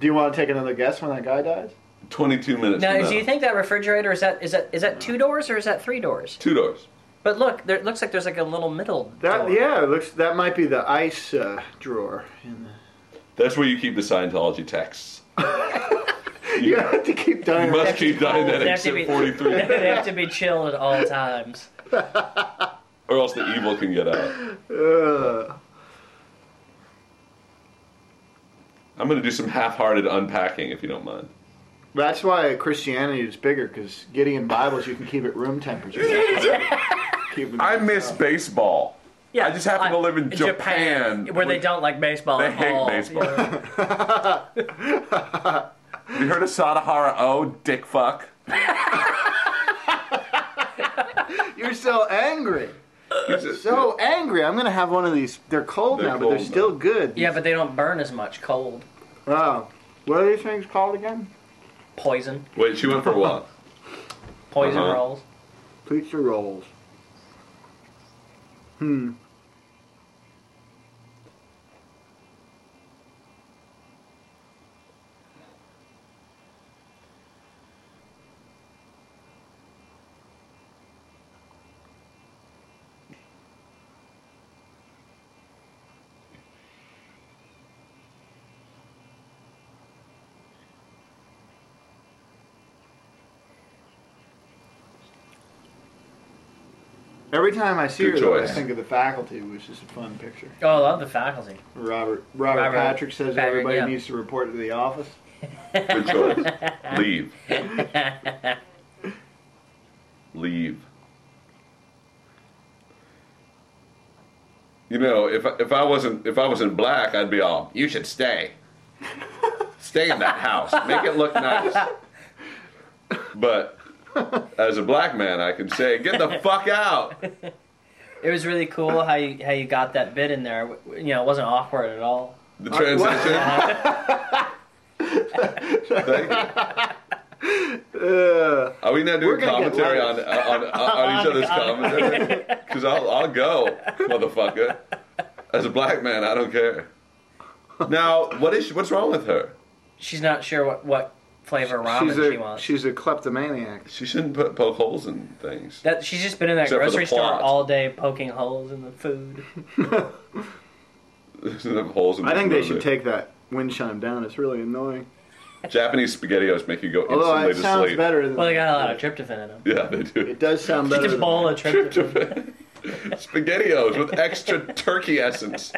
S2: Do you want to take another guess when that guy dies?
S1: 22 minutes.
S3: Now,
S1: from
S3: do you think that refrigerator is that is that is that two doors or is that three doors?
S1: Two doors.
S3: But look, there it looks like there's like a little middle.
S2: That
S3: door.
S2: yeah, it looks that might be the ice uh, drawer. In the...
S1: That's where you keep the Scientology texts.
S2: You have to keep
S1: You
S2: dying.
S1: must keep dying that
S3: They have to
S1: exit
S3: be-
S1: 43,
S3: they have to be chilled at all times.
S1: or else the evil can get out.
S2: Ugh.
S1: I'm going to do some half-hearted unpacking, if you don't mind.
S2: That's why Christianity is bigger because Gideon Bibles you can keep at room temperature. Keep them-
S1: I miss baseball.
S3: Yeah,
S1: I just happen to live in Japan,
S3: where they
S1: which-
S3: don't like baseball.
S1: They
S3: at
S1: hate
S3: all.
S1: baseball.
S3: Yeah.
S1: You heard of Sadahara O, dick fuck?
S2: You're so angry.
S1: He's a-
S2: So angry. I'm gonna have one of these. They're cold
S1: They're
S2: now, but
S1: cold
S2: they're still
S1: now.
S2: good.
S3: Yeah, but they don't burn as much cold
S2: Wow. What are these things called again?
S3: poison,
S1: Wait, she went for what?
S3: poison
S1: Uh-huh.
S3: rolls.
S2: Pizza rolls. Hmm. Every time I see
S1: Good
S2: her, though, I
S1: choice.
S2: think of the faculty, which is a fun picture.
S3: Oh, I love the faculty.
S2: Robert Robert,
S3: Robert
S2: Patrick says
S3: Patrick,
S2: everybody
S3: yeah.
S2: needs to report to the office.
S1: Good choice. Leave. Leave. You know, if I- if I wasn't if I was in black, I'd be all. You should stay. stay in that house. Make it look nice. But as a black man, I can say, get the fuck out.
S3: It was really cool how you how you got that bit in there. W- You know, it wasn't awkward at all.
S1: The transition. Thank you.
S2: Uh,
S1: Are we not
S2: We're
S1: doing
S2: gonna get
S1: commentary on, uh,
S2: letters.
S1: on, on, on each other's commentary? Because I'll, I'll go, motherfucker. As a black man, I don't care. Now, what is she, what's wrong with her?
S3: She's not sure what what flavor ramen
S2: she's
S3: she
S2: a
S3: wants.
S2: she's a kleptomaniac.
S1: She shouldn't put, poke holes in things.
S3: That she's just been in that
S1: Except for the
S3: grocery store
S1: plot.
S3: all day poking holes in the food.
S1: holes in
S2: I think they
S1: the-
S2: should take that wind chime down. It's really annoying.
S1: Japanese spaghettios make you go
S2: Although
S1: instantly
S2: it
S1: to
S2: sounds
S1: sleep.
S2: better than
S3: Well, they got a lot of tryptophan in them.
S1: Yeah, they do.
S2: it does sound better.
S3: Just a
S2: than-
S3: bowl of tryptophan.
S1: Tryptophan. spaghettios with extra turkey essence.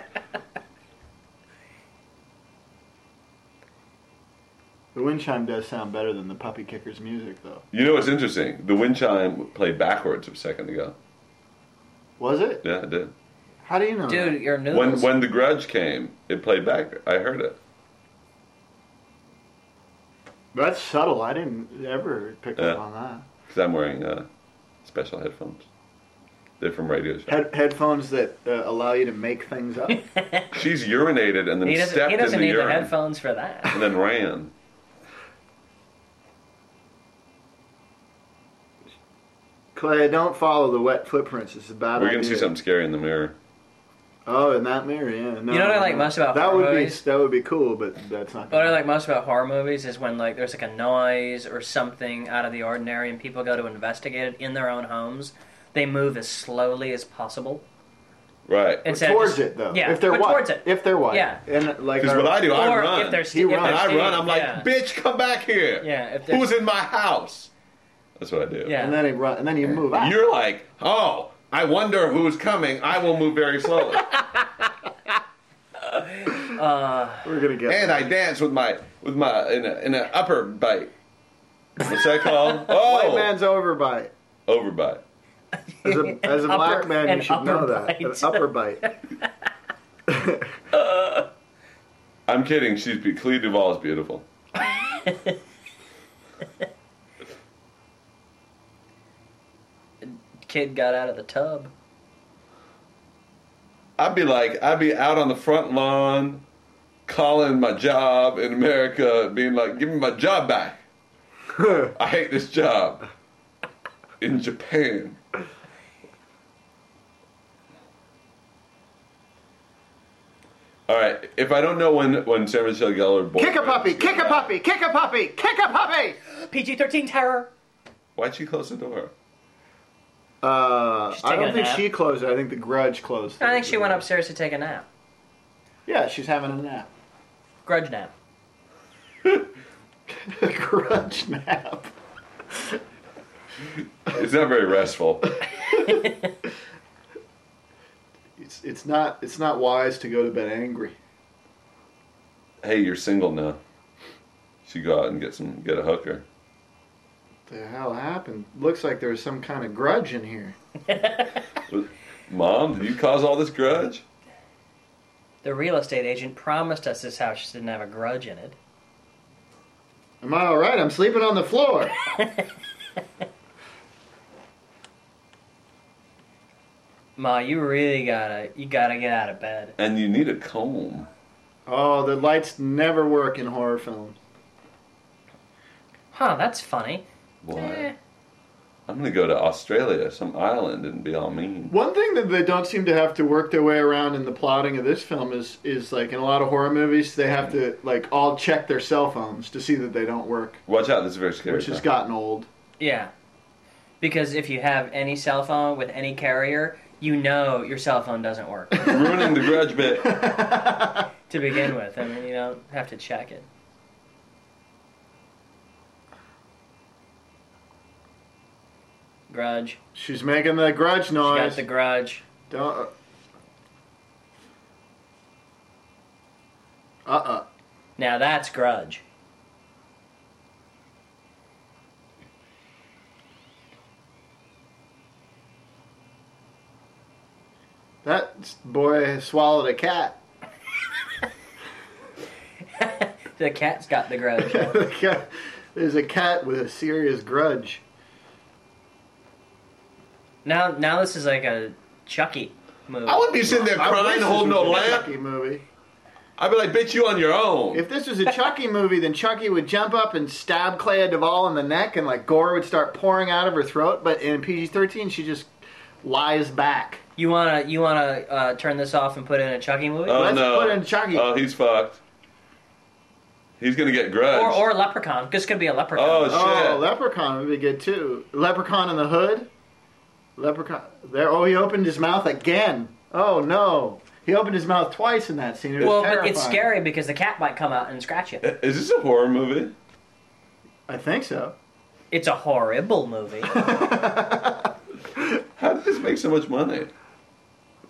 S2: the wind chime does sound better than the puppy kicker's music, though.
S1: You know what's interesting? The wind chime played backwards a second ago.
S2: Was it?
S1: Yeah, it did.
S2: How do you know?
S3: Dude, your
S1: When
S3: noodles.
S1: when the Grudge came, it played back. I heard it.
S2: that? that's subtle. I didn't ever pick up
S1: Yeah.
S2: on that.
S1: because I'm wearing uh, special headphones. They're from Radio Shack.
S2: Head- headphones that uh, allow you to make things up.
S1: She's urinated and then
S3: He doesn't,
S1: stepped
S3: he
S1: in the
S3: doesn't need
S1: urine
S3: the headphones for that.
S1: and then ran.
S2: Clay, don't follow the wet footprints. It's a bad
S1: We're gonna
S2: idea.
S1: see something scary in the mirror.
S2: Oh, in that mirror, yeah. No,
S3: You know what I
S2: no,
S3: like
S2: no.
S3: most about
S2: that
S3: horror
S2: would
S3: movies?
S2: be that would be cool, but that's not.
S3: What I like most about horror movies is when like there's like a noise or something out of the ordinary, and people go to investigate it in their own homes. They move as slowly as possible.
S1: Right.
S2: But
S3: instead of
S2: towards
S3: just-
S2: it though.
S3: yeah,
S2: if they're
S3: but
S2: white,
S3: towards it.
S2: if they're white,
S3: Yeah.
S2: And like,
S1: Because
S2: our-
S1: what I do, I
S3: or
S1: run.
S3: if they're
S2: He
S3: sti- if
S2: runs.
S1: and
S3: they're
S1: I run.
S3: sitting-
S1: I'm like,
S3: yeah.
S1: bitch, come back here.
S3: Yeah, if they're-
S1: Who's in my house? That's what I do.
S3: Yeah.
S2: and then it run, and then you move out.
S1: You're like, oh, I wonder who's coming. I will move very slowly,
S2: We're gonna get.
S1: and I dance with my with my in a, in an upper bite. What's that called? Oh,
S2: White man's overbite.
S1: overbite.
S2: As a, as a black
S3: upper-
S2: man,
S3: an
S2: you should know
S3: upper
S2: that.
S3: bite.
S2: An upper bite.
S1: I'm kidding. She's be- Clea Duvall is beautiful.
S3: Kid got out of the tub.
S1: I'd be like, I'd be out on the front lawn, calling my job in America, being like, give me my job back. I hate this job. In Japan. All right. If I don't know when when San Francisco Geller born,
S2: Kick a puppy! Kick a puppy! Kick a puppy! Kick a puppy!
S3: PG thirteen terror.
S1: Why'd she close the door?
S2: Uh, I
S3: taking
S2: don't
S3: a
S2: think
S3: nap.
S2: she closed it. I think the grudge closed.
S3: I
S2: it.
S3: think she went upstairs to take a nap.
S2: Yeah, she's having a nap.
S3: Grudge nap.
S2: A grudge nap.
S1: It's not very restful.
S2: It's it's not it's not wise to go to bed angry.
S1: hey, you're single now. You should go out and get some get a hooker.
S2: The hell happened? Looks like there's some kind of grudge in here.
S1: Mom, did you cause all this grudge?
S3: The real estate agent promised us this house just didn't have a grudge in it.
S2: Am I all right? I'm sleeping on the floor.
S3: Ma, you really gotta you gotta get out of bed.
S1: And you need a comb.
S2: Oh, the lights never work in horror films.
S3: Huh, that's funny.
S1: Why?
S3: Eh.
S1: I'm gonna go to Australia, some island, and be all mean.
S2: One thing that they don't seem to have to work their way around in the plotting of this film is is like in a lot of horror movies they have to like all check their cell phones to see that they don't work,
S1: Watch out, this is very scary.
S2: which has
S1: time.
S2: gotten old.
S3: Yeah. Because if you have any cell phone with any carrier, you know your cell phone doesn't work
S1: ruining the grudge bit.
S3: to begin with. I mean, you don't have to check it. Grudge.
S2: She's making the grudge
S3: She
S2: noise.
S3: got the grudge.
S2: Don't. Uh uh.
S3: Now that's grudge.
S2: That s- boy swallowed a cat.
S3: The cat's got the grudge.
S2: The cat- There's a cat with a serious grudge.
S3: now, now this is like a Chucky movie.
S1: I wouldn't be sitting there
S2: I wish
S1: crying,
S2: this
S1: holding a
S2: was
S1: lamp.
S2: Chucky movie.
S1: I'd be like, "Bitch, you on your own."
S2: If this was a Chucky movie, then Chucky would jump up and stab Clea Duvall in the neck, and like gore would start pouring out of her throat. But in PG-13, she just lies back.
S3: You wanna, you wanna uh, turn this off and put in a Chucky movie,
S1: oh
S2: let's
S1: no!
S2: put in Chucky.
S1: Oh, he's fucked. He's gonna get grudge.
S3: or or Leprechaun. This could be a Leprechaun.
S1: oh shit!
S2: Oh, Leprechaun would be good too. Leprechaun in the hood. Leprechaun. There. Oh, he opened his mouth again. Oh no, he opened his mouth twice in that scene. It was
S3: well, but
S2: terrifying.
S3: it's scary because the cat might come out and scratch you.
S1: Is this a horror movie?
S2: I think so.
S3: It's a horrible movie.
S1: How did this make so much money?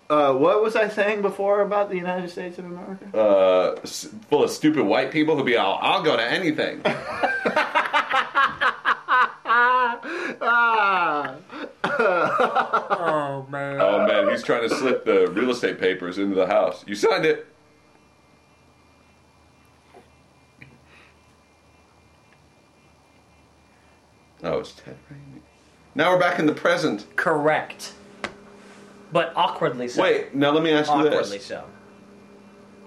S2: Uh, what was I saying before about the United States of America?
S1: Uh, s- full of stupid white people who be all, "I'll go to anything."
S2: ah.
S4: Oh man.
S1: oh man, he's trying to slip the real estate papers into the house. You signed it. Oh, it's Ted Raimi. Now we're back in the present.
S3: Correct. But awkwardly so.
S1: Wait, now let me ask you
S3: Awkwardly
S1: this.
S3: so.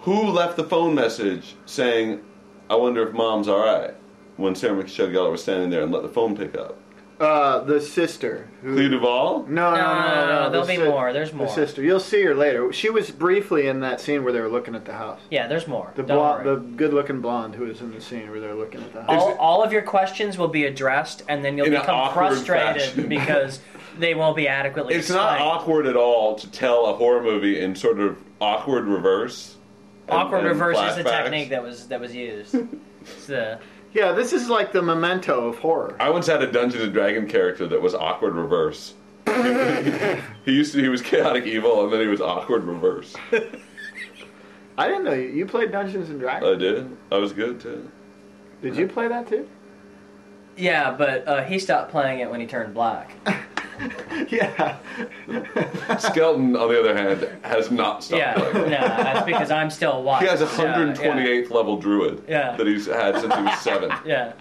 S1: Who left the phone message saying, I wonder if mom's alright? When Sarah McShug Geller was standing there and let the phone pick up.
S2: Uh, the sister. Who,
S1: Clea Duvall?
S3: Mm.
S2: no, no, no, no, no,
S3: there'll
S2: the
S3: be
S2: si-
S3: more, there's
S2: the
S3: more.
S2: sister. You'll see her later. She was briefly in that scene where they were looking at the house.
S3: Yeah, there's more.
S2: The
S3: Don't
S2: blonde,
S3: worry.
S2: the good-looking blonde who was in the scene where they're looking at the house.
S3: all, all of your questions will be addressed, and then you'll
S1: In an
S3: become
S1: awkward
S3: frustrated
S1: fashion.
S3: because they won't be adequately
S1: It's not
S3: explained.
S1: awkward at all to tell a horror movie in sort of awkward reverse. and-
S3: Awkward
S1: and
S3: reverse is the
S1: flashbacks.
S3: technique that was that was used. It's the-
S2: Yeah, this is like the memento of horror.
S1: I once had a Dungeons and Dragon character that was awkward reverse. he used to he was chaotic evil and then he was awkward reverse.
S2: I didn't know you, you played Dungeons and
S1: I
S2: Dragons.
S1: did. I was good too.
S2: Did you play that too?
S3: yeah, but uh, he stopped playing it when he turned black.
S2: Yeah.
S1: Skelton, on the other hand, has not stopped
S3: yeah,
S1: playing.
S3: no, that's because I'm still white.
S1: He has a
S3: so, yeah,
S1: 128th level druid
S3: Yeah.
S1: that he's had since he was seven.
S3: yeah,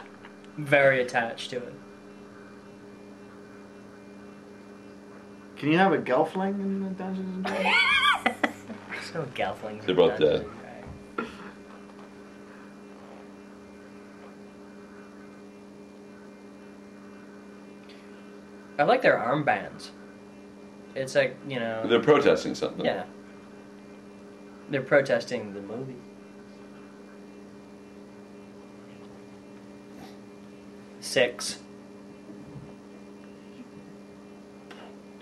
S3: very attached to it.
S2: Can you have a gelfling in the Dungeons and Dragons?
S3: There's no gelflings.
S1: They're both dead.
S3: I like their armbands. It's like you know.
S1: They're protesting something.
S3: yeah. They're protesting the movie. Six.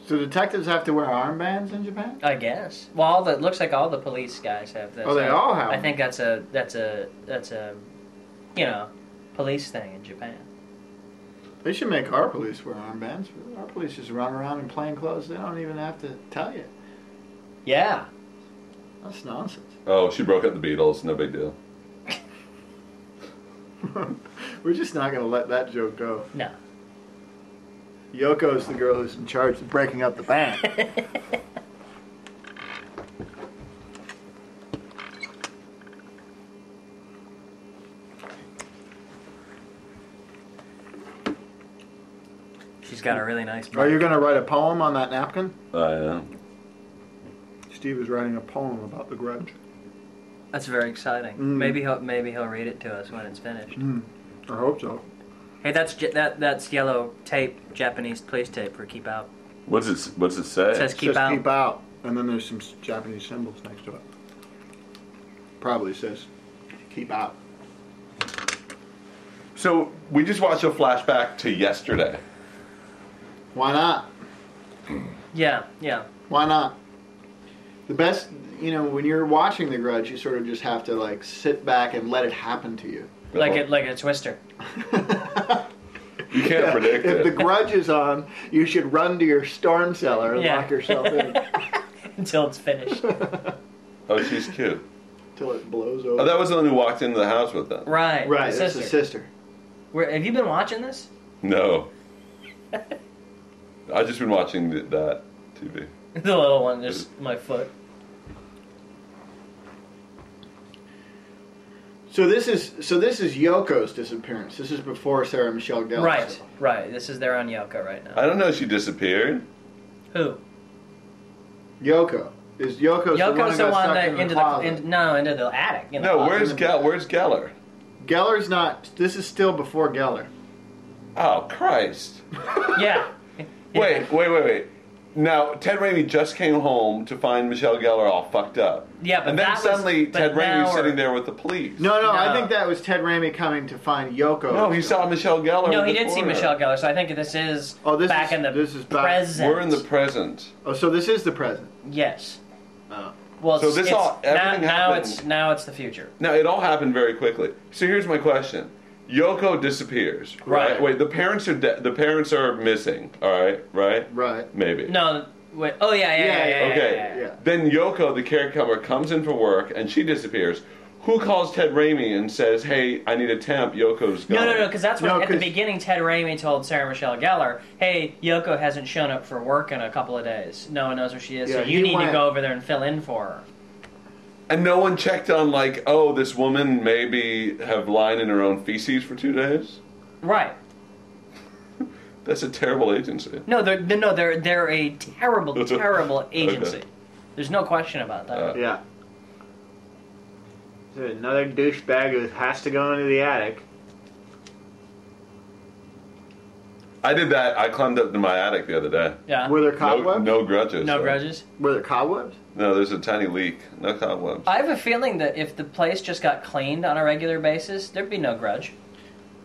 S2: so detectives have to wear armbands in Japan?
S3: I guess. Well, all the looks like all the police guys have this.
S2: Oh, they
S3: I-
S2: all have
S3: I
S2: them.
S3: think that's a that's a that's a, you know, police thing in Japan.
S2: They should make our police wear armbands. Our police just run around in plain clothes. They don't even have to tell you.
S3: Yeah.
S2: That's nonsense.
S1: Oh, she broke up the Beatles. No big deal.
S2: We're just not going to let that joke go.
S3: No.
S2: Yoko's the girl who's in charge of breaking up the band.
S3: She's got a really nice.
S2: Are you going to write a poem on that napkin?
S1: I know.
S2: Steve is writing a poem about the grudge.
S3: That's very exciting.
S2: Mm.
S3: Maybe he'll maybe he'll read it to us when it's finished.
S2: I hope so.
S3: Hey, that's j- that that's yellow tape, Japanese police tape for keep out.
S1: What's it? What's it say?
S3: It says keep
S2: Just
S3: out.
S2: keep out. And then there's some s- Japanese symbols next to it. Probably says keep out.
S1: so we just watched a flashback to yesterday.
S2: Why not?
S3: Yeah, yeah.
S2: Why not? The best, you know, when you're watching The Grudge, you sort of just have to like sit back and let it happen to you.
S3: Like it, like a twister.
S1: You can't predict
S2: if
S1: it.
S2: The Grudge is on, you should run to your storm cellar and
S3: Yeah.
S2: lock yourself in
S3: Until it's finished.
S1: oh, she's cute.
S2: until it blows
S1: Oh,
S2: over.
S1: that was the one who walked into the house with them.
S3: right.
S2: right,
S3: the
S2: that's
S3: sister.
S2: the sister.
S3: Where, have you been watching this?
S1: No. I've just been watching th- that TV.
S3: the little one, just
S2: Mm.
S3: my foot.
S2: So this is so this is Yoko's disappearance. This is before Sarah Michelle Gellar.
S3: Right, right. This is their on Yoko right now.
S1: I don't know. She disappeared.
S3: Who?
S2: Yoko is Yoko's, Oh, the one,
S3: Yoko's
S2: who
S3: the
S2: got
S3: one
S2: stuck
S3: that
S2: in the
S3: into the,
S2: closet.
S3: in, no into the attic. in the
S1: No,
S3: closet.
S1: where's Gell- Where's Geller?
S2: Gellar's not. This is still before Geller.
S1: Oh Christ!
S3: Yeah.
S1: Wait, wait, wait, wait. Now Ted Raimi just came home to find Michelle Geller all fucked up.
S3: Yeah, but
S1: and then
S3: that was-
S1: suddenly
S3: but
S1: Ted
S3: now
S1: Raimi's
S3: we're-
S1: sitting there with the police.
S2: No, no, I
S3: No.
S2: think that was Ted Raimi coming to find Yoko.
S1: no, he saw Michelle Geller.
S3: No,
S1: in
S3: he
S1: the
S3: did see
S1: corner.
S3: Michelle Geller, so I think this is
S2: Oh, this
S3: back
S2: is-
S3: in the
S2: this is back-
S3: present.
S1: We're in the present.
S2: Oh, so this is the present.
S3: yes.
S2: Oh.
S3: Well,
S1: So
S3: it's-
S1: this
S3: it's-
S1: all-
S3: now,
S1: everything
S3: now
S1: happened-
S3: it's now it's the future.
S1: Now it all happened very quickly. So here's my question: Yoko disappears.
S3: Right.
S1: Wait, the parents are de- the parents are missing. All right, right,
S2: Right.
S1: maybe.
S3: No, wait. Oh yeah,
S2: Yeah,
S3: yeah, yeah, yeah. yeah,
S1: Okay.
S3: yeah, yeah.
S2: yeah.
S1: Then Yoko, the caregiver, comes in for work and she disappears. Who calls Ted Raimi and says, "Hey, I need a temp. Yoko's gone."
S3: No, no, no, because that's what
S2: No,
S3: at the
S2: 'cause-
S3: beginning Ted Raimi told Sarah Michelle Gellar, "Hey, Yoko hasn't shown up for work in a couple of days. No one knows where she is,
S2: Yeah,
S3: so you
S2: he
S3: need
S2: went-
S3: to go over there and fill in for her."
S1: And no one checked on like, oh, this woman maybe have lied in her own feces for two days.
S3: Right.
S1: That's a terrible agency.
S3: No, they're, they're- no, they're they're a terrible, terrible agency.
S1: Okay.
S3: There's no question about that.
S1: Uh,
S2: Yeah. So another douchebag who has to go into the attic.
S1: I did that. I climbed up to my attic the other day.
S3: yeah.
S2: Were there
S1: No,
S2: cobwebs?
S1: no grudges.
S3: no
S1: though.
S3: grudges.
S2: Were there cobwebs?
S1: No, there's a tiny leak. No cobwebs.
S3: I have a feeling that if the place just got cleaned on a regular basis, there'd be no grudge.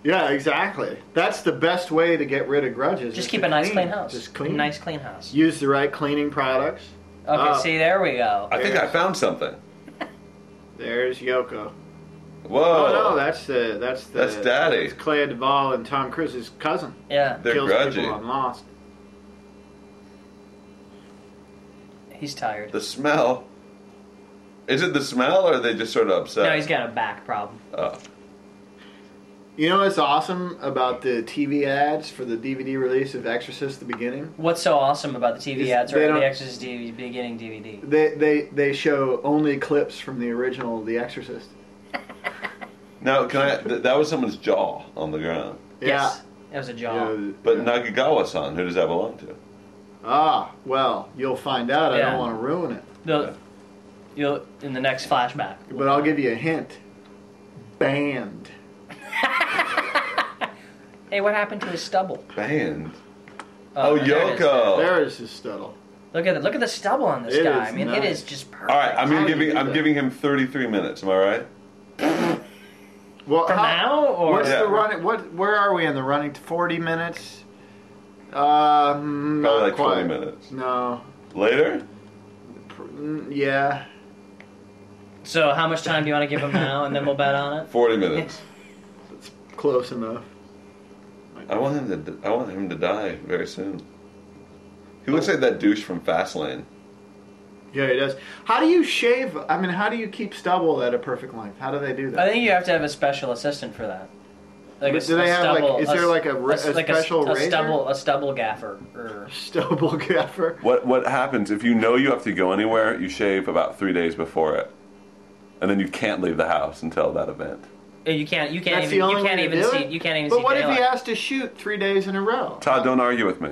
S2: Yeah, exactly. That's the best way to get rid of grudges. is
S3: Just keep
S2: to
S3: a nice clean house.
S2: Just clean.
S3: Nice clean house.
S2: Use the right cleaning products.
S3: Okay,
S2: Uh,
S3: see, there we go.
S1: I think I found something.
S2: There's Yoko.
S1: Whoa.
S2: Oh, no, that's the that's the
S1: That's Daddy.
S2: That's Claire Duvall and Tom Cruise's cousin.
S3: yeah,
S1: They're
S2: Kills
S1: grudgy.
S2: people on Lost.
S3: he's tired.
S1: the smell. Is it the smell, or are they just sort of upset?
S2: uh,
S3: No, he's got a back problem.
S1: Oh.
S2: You know what's awesome about the TV ads for the DVD release of Exorcist: The Beginning?
S3: What's so awesome about the TV
S2: Is-
S3: ads
S2: they
S3: or
S2: don't-
S3: the Exorcist DVD, beginning DVD?
S2: They they they show only clips from the original The Exorcist.
S1: Now, can I? Th- that was someone's jaw on the ground.
S3: Yes, that was a
S2: Yeah.
S3: jaw.
S2: Yeah,
S1: But
S2: yeah.
S1: Nakagawa-san, who does that belong to?
S2: Ah, well, you'll find out. I
S3: Yeah.
S2: don't want to ruin it,
S3: The, you'll in the next flashback.
S2: but I'll give you a hint. Banned.
S3: Hey, what happened to his stubble?
S1: Band. Oh,
S3: there it is.
S1: Yoko.
S2: There is his studdle.
S3: Look at it. Look at the stubble on this
S2: It
S3: guy.
S2: is
S3: I mean, it
S2: nice.
S3: is just perfect.
S1: All right, I'm
S2: How
S1: gonna
S2: do you
S1: giving
S2: do
S1: I'm
S2: that?
S1: giving him 33 minutes. Am I right?
S2: Well,
S3: For
S2: how-
S3: now, or
S2: what's
S1: Yeah.
S2: the running? What? Where are we in the running? To Forty minutes. Um, not
S1: Probably like
S2: quite.
S1: 20 minutes
S2: No.
S1: later.
S2: Pr- mm, Yeah.
S3: so how much time do you want to give him now, and then we'll bet on it.
S1: 40 minutes.
S2: It's close enough.
S1: I want him to. I want him to die very soon. He looks like that douche from Fastlane.
S2: Yeah, he does. How do you shave? I mean, how do you keep stubble at a perfect length? How do they do that?
S3: I think you have to have a special assistant for that. Like
S2: But
S3: a,
S2: do they
S3: a
S2: have, like-
S3: stubble-
S2: is there,
S3: s-
S2: like, a ra-
S3: s-
S2: a
S3: like
S2: special
S3: a,
S2: razor?
S3: stubble a stubble gaffer? Or,
S2: stubble gaffer.
S1: What What happens if you know you have to go anywhere? You shave about three days before it, and then you can't leave the house until that event.
S3: eh, you can't you can't
S2: That's the
S3: even
S2: only
S3: you can't
S2: way to
S3: even
S2: do
S3: see
S2: it?
S3: you can't even
S2: But
S3: see
S2: what if he
S3: daylight.
S2: has to shoot three days in a row?
S1: Todd, don't argue with me.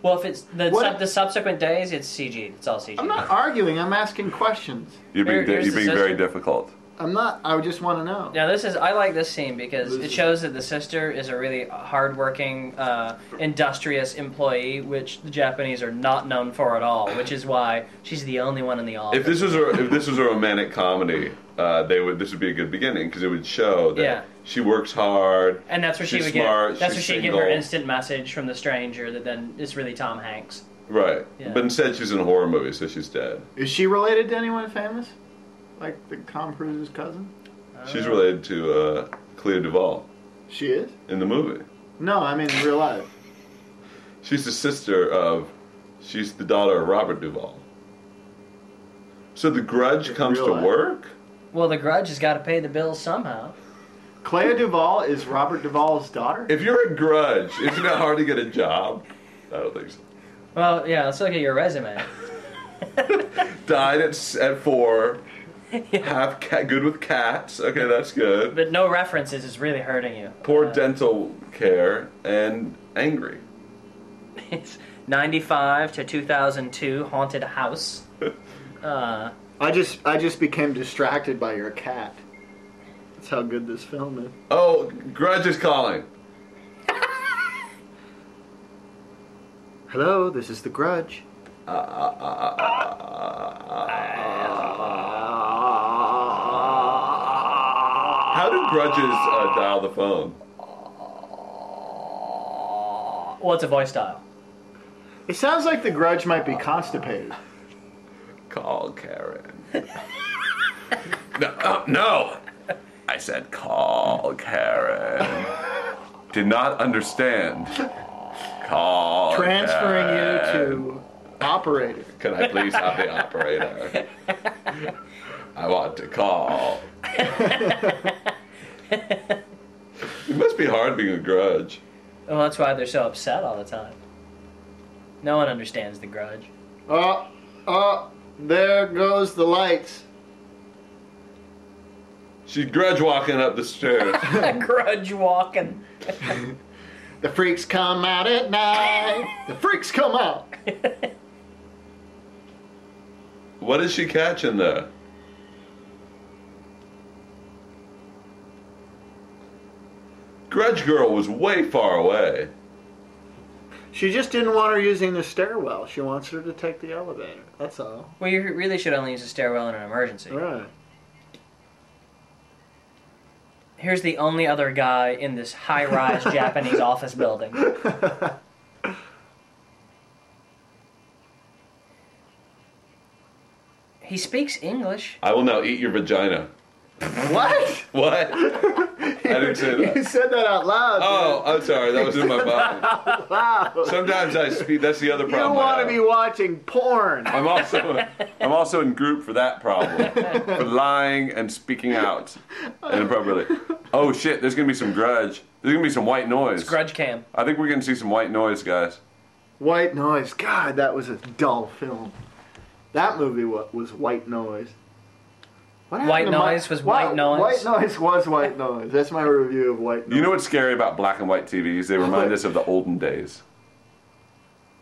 S3: Well, if it's the
S2: What
S3: sub,
S2: if-
S3: the subsequent days, it's CG. It's all CG.
S2: I'm not arguing. I'm asking questions.
S1: You're being
S3: Here-
S1: di-
S3: here's
S1: you're
S3: the
S1: being very
S3: sister.
S1: difficult.
S2: I'm not. I just want to know.
S3: Now this is I like this scene because
S2: This
S3: it
S2: is-
S3: shows that the sister is a really hardworking, uh, industrious employee, which the Japanese are not known for at all. Which is why she's the only one in the office.
S1: If this was a if this was a romantic comedy, uh, they would this would be a good beginning because it would show that
S3: Yeah.
S1: she works hard.
S3: and that's where she
S1: she's
S3: would
S1: smart,
S3: get that's where
S1: she's
S3: she'd get her
S1: single.
S3: instant message from the stranger that then it's really Tom Hanks.
S1: Right,
S3: Yeah.
S1: but instead she's in a horror movie, so she's dead.
S2: Is she related to anyone famous? Like the Tom Cruise's cousin?
S1: She's
S3: Oh.
S1: related to uh, Clea Duvall
S2: She is?
S1: in the movie.
S2: No, I mean in real life.
S1: She's the sister of, she's the daughter of Robert Duvall. So the grudge
S2: In
S1: comes
S2: real
S1: to
S2: life.
S1: work.
S3: Well, the Grudge has got to pay the bills somehow.
S2: Claire Duvall is Robert Duvall's daughter.
S1: If you're a grudge, isn't it hard to get a job? I don't think so.
S3: Well, yeah, let's look at your resume.
S1: Died at s- at four. Half cat, good with cats. Okay, that's good.
S3: but no references is really hurting you.
S1: poor dental care and angry.
S3: It's 95 to 2002 haunted house. Uh,
S2: I just I just became distracted by your cat. That's how good this film is.
S1: Oh, Grudge is calling.
S2: Hello, this is The Grudge.
S1: How do grudges uh, dial the phone?
S3: well, it's a voice dial.
S2: It sounds like The Grudge might be constipated.
S1: Call Karen. no, uh, no, I said call Karen. Did not understand. Call.
S2: Transferring you to operator.
S1: Can I please have the operator? I want to call. it must be hard being a grudge.
S3: Well, that's why they're so upset all the time. No one understands the grudge.
S2: Oh, oh, there goes the lights.
S1: She's grudge walking up the stairs.
S3: grudge walking.
S2: The freaks come out at night. The freaks come out.
S1: What is she catching there? Grudge Girl was way far away.
S2: She just didn't want her using the stairwell. She wants her to take the elevator. That's all.
S3: Well, you really should only use a stairwell in an emergency.
S2: Right.
S3: Here's the only other guy in this high rise Japanese office building. He speaks English.
S1: I will now eat your vagina.
S2: What?
S1: What? I didn't say
S2: You
S1: that.
S2: said that out loud.
S1: Oh, I'm sorry. That was in my mind. Sometimes I speak. That's the other
S2: dude. You
S1: problem. I
S2: want to
S1: have.
S2: be watching porn.
S1: I'm also I'm also in group for that problem, for lying and speaking out inappropriately. Oh shit! There's gonna be some grudge. There's gonna be some white noise.
S3: Grudge cam.
S1: I think we're gonna see some white noise, guys.
S2: White Noise. God, that was a dull film. That movie wa- was White Noise. What happened
S3: White
S2: to my-
S3: Noise was
S2: Wow,
S3: White Noise?
S2: White Noise was White Noise. That's my review of White Noise.
S1: You know what's scary about black and white TVs? They remind us of the olden days.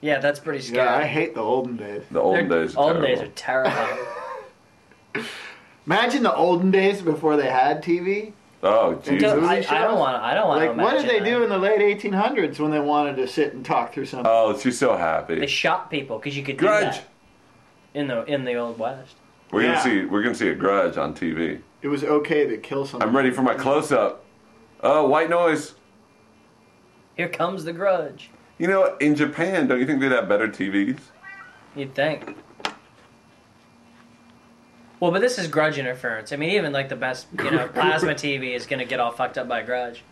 S3: Yeah, that's pretty scary.
S2: yeah, I hate the olden days.
S1: The olden
S3: They're-
S1: days. Are
S3: Old days
S1: terrible.
S3: are terrifying.
S2: Imagine the olden days before they had TV.
S1: Oh
S3: Don't-
S1: Jesus.
S3: I,
S2: Movie
S3: I don't
S2: shows?
S3: want. I don't want
S2: Like,
S3: to
S2: what did they
S3: imagine
S2: do
S3: that.
S2: in the late 1800s when they wanted to sit and talk through something?
S1: Oh, she's so
S3: They
S1: happy.
S3: shot people because you could do
S1: Grudge.
S3: that in the in the old west.
S1: We're gonna
S2: Yeah.
S1: see. We're gonna see a grudge on TV.
S2: it was okay to kill someone.
S1: I'm ready for my close up. Oh, white noise.
S3: Here comes the grudge.
S1: You know, in Japan, don't you think they'd have better TVs?
S3: You'd think. Well, but this is grudge interference. I mean, even like the best, you know, plasma TV is gonna get all fucked up by grudge.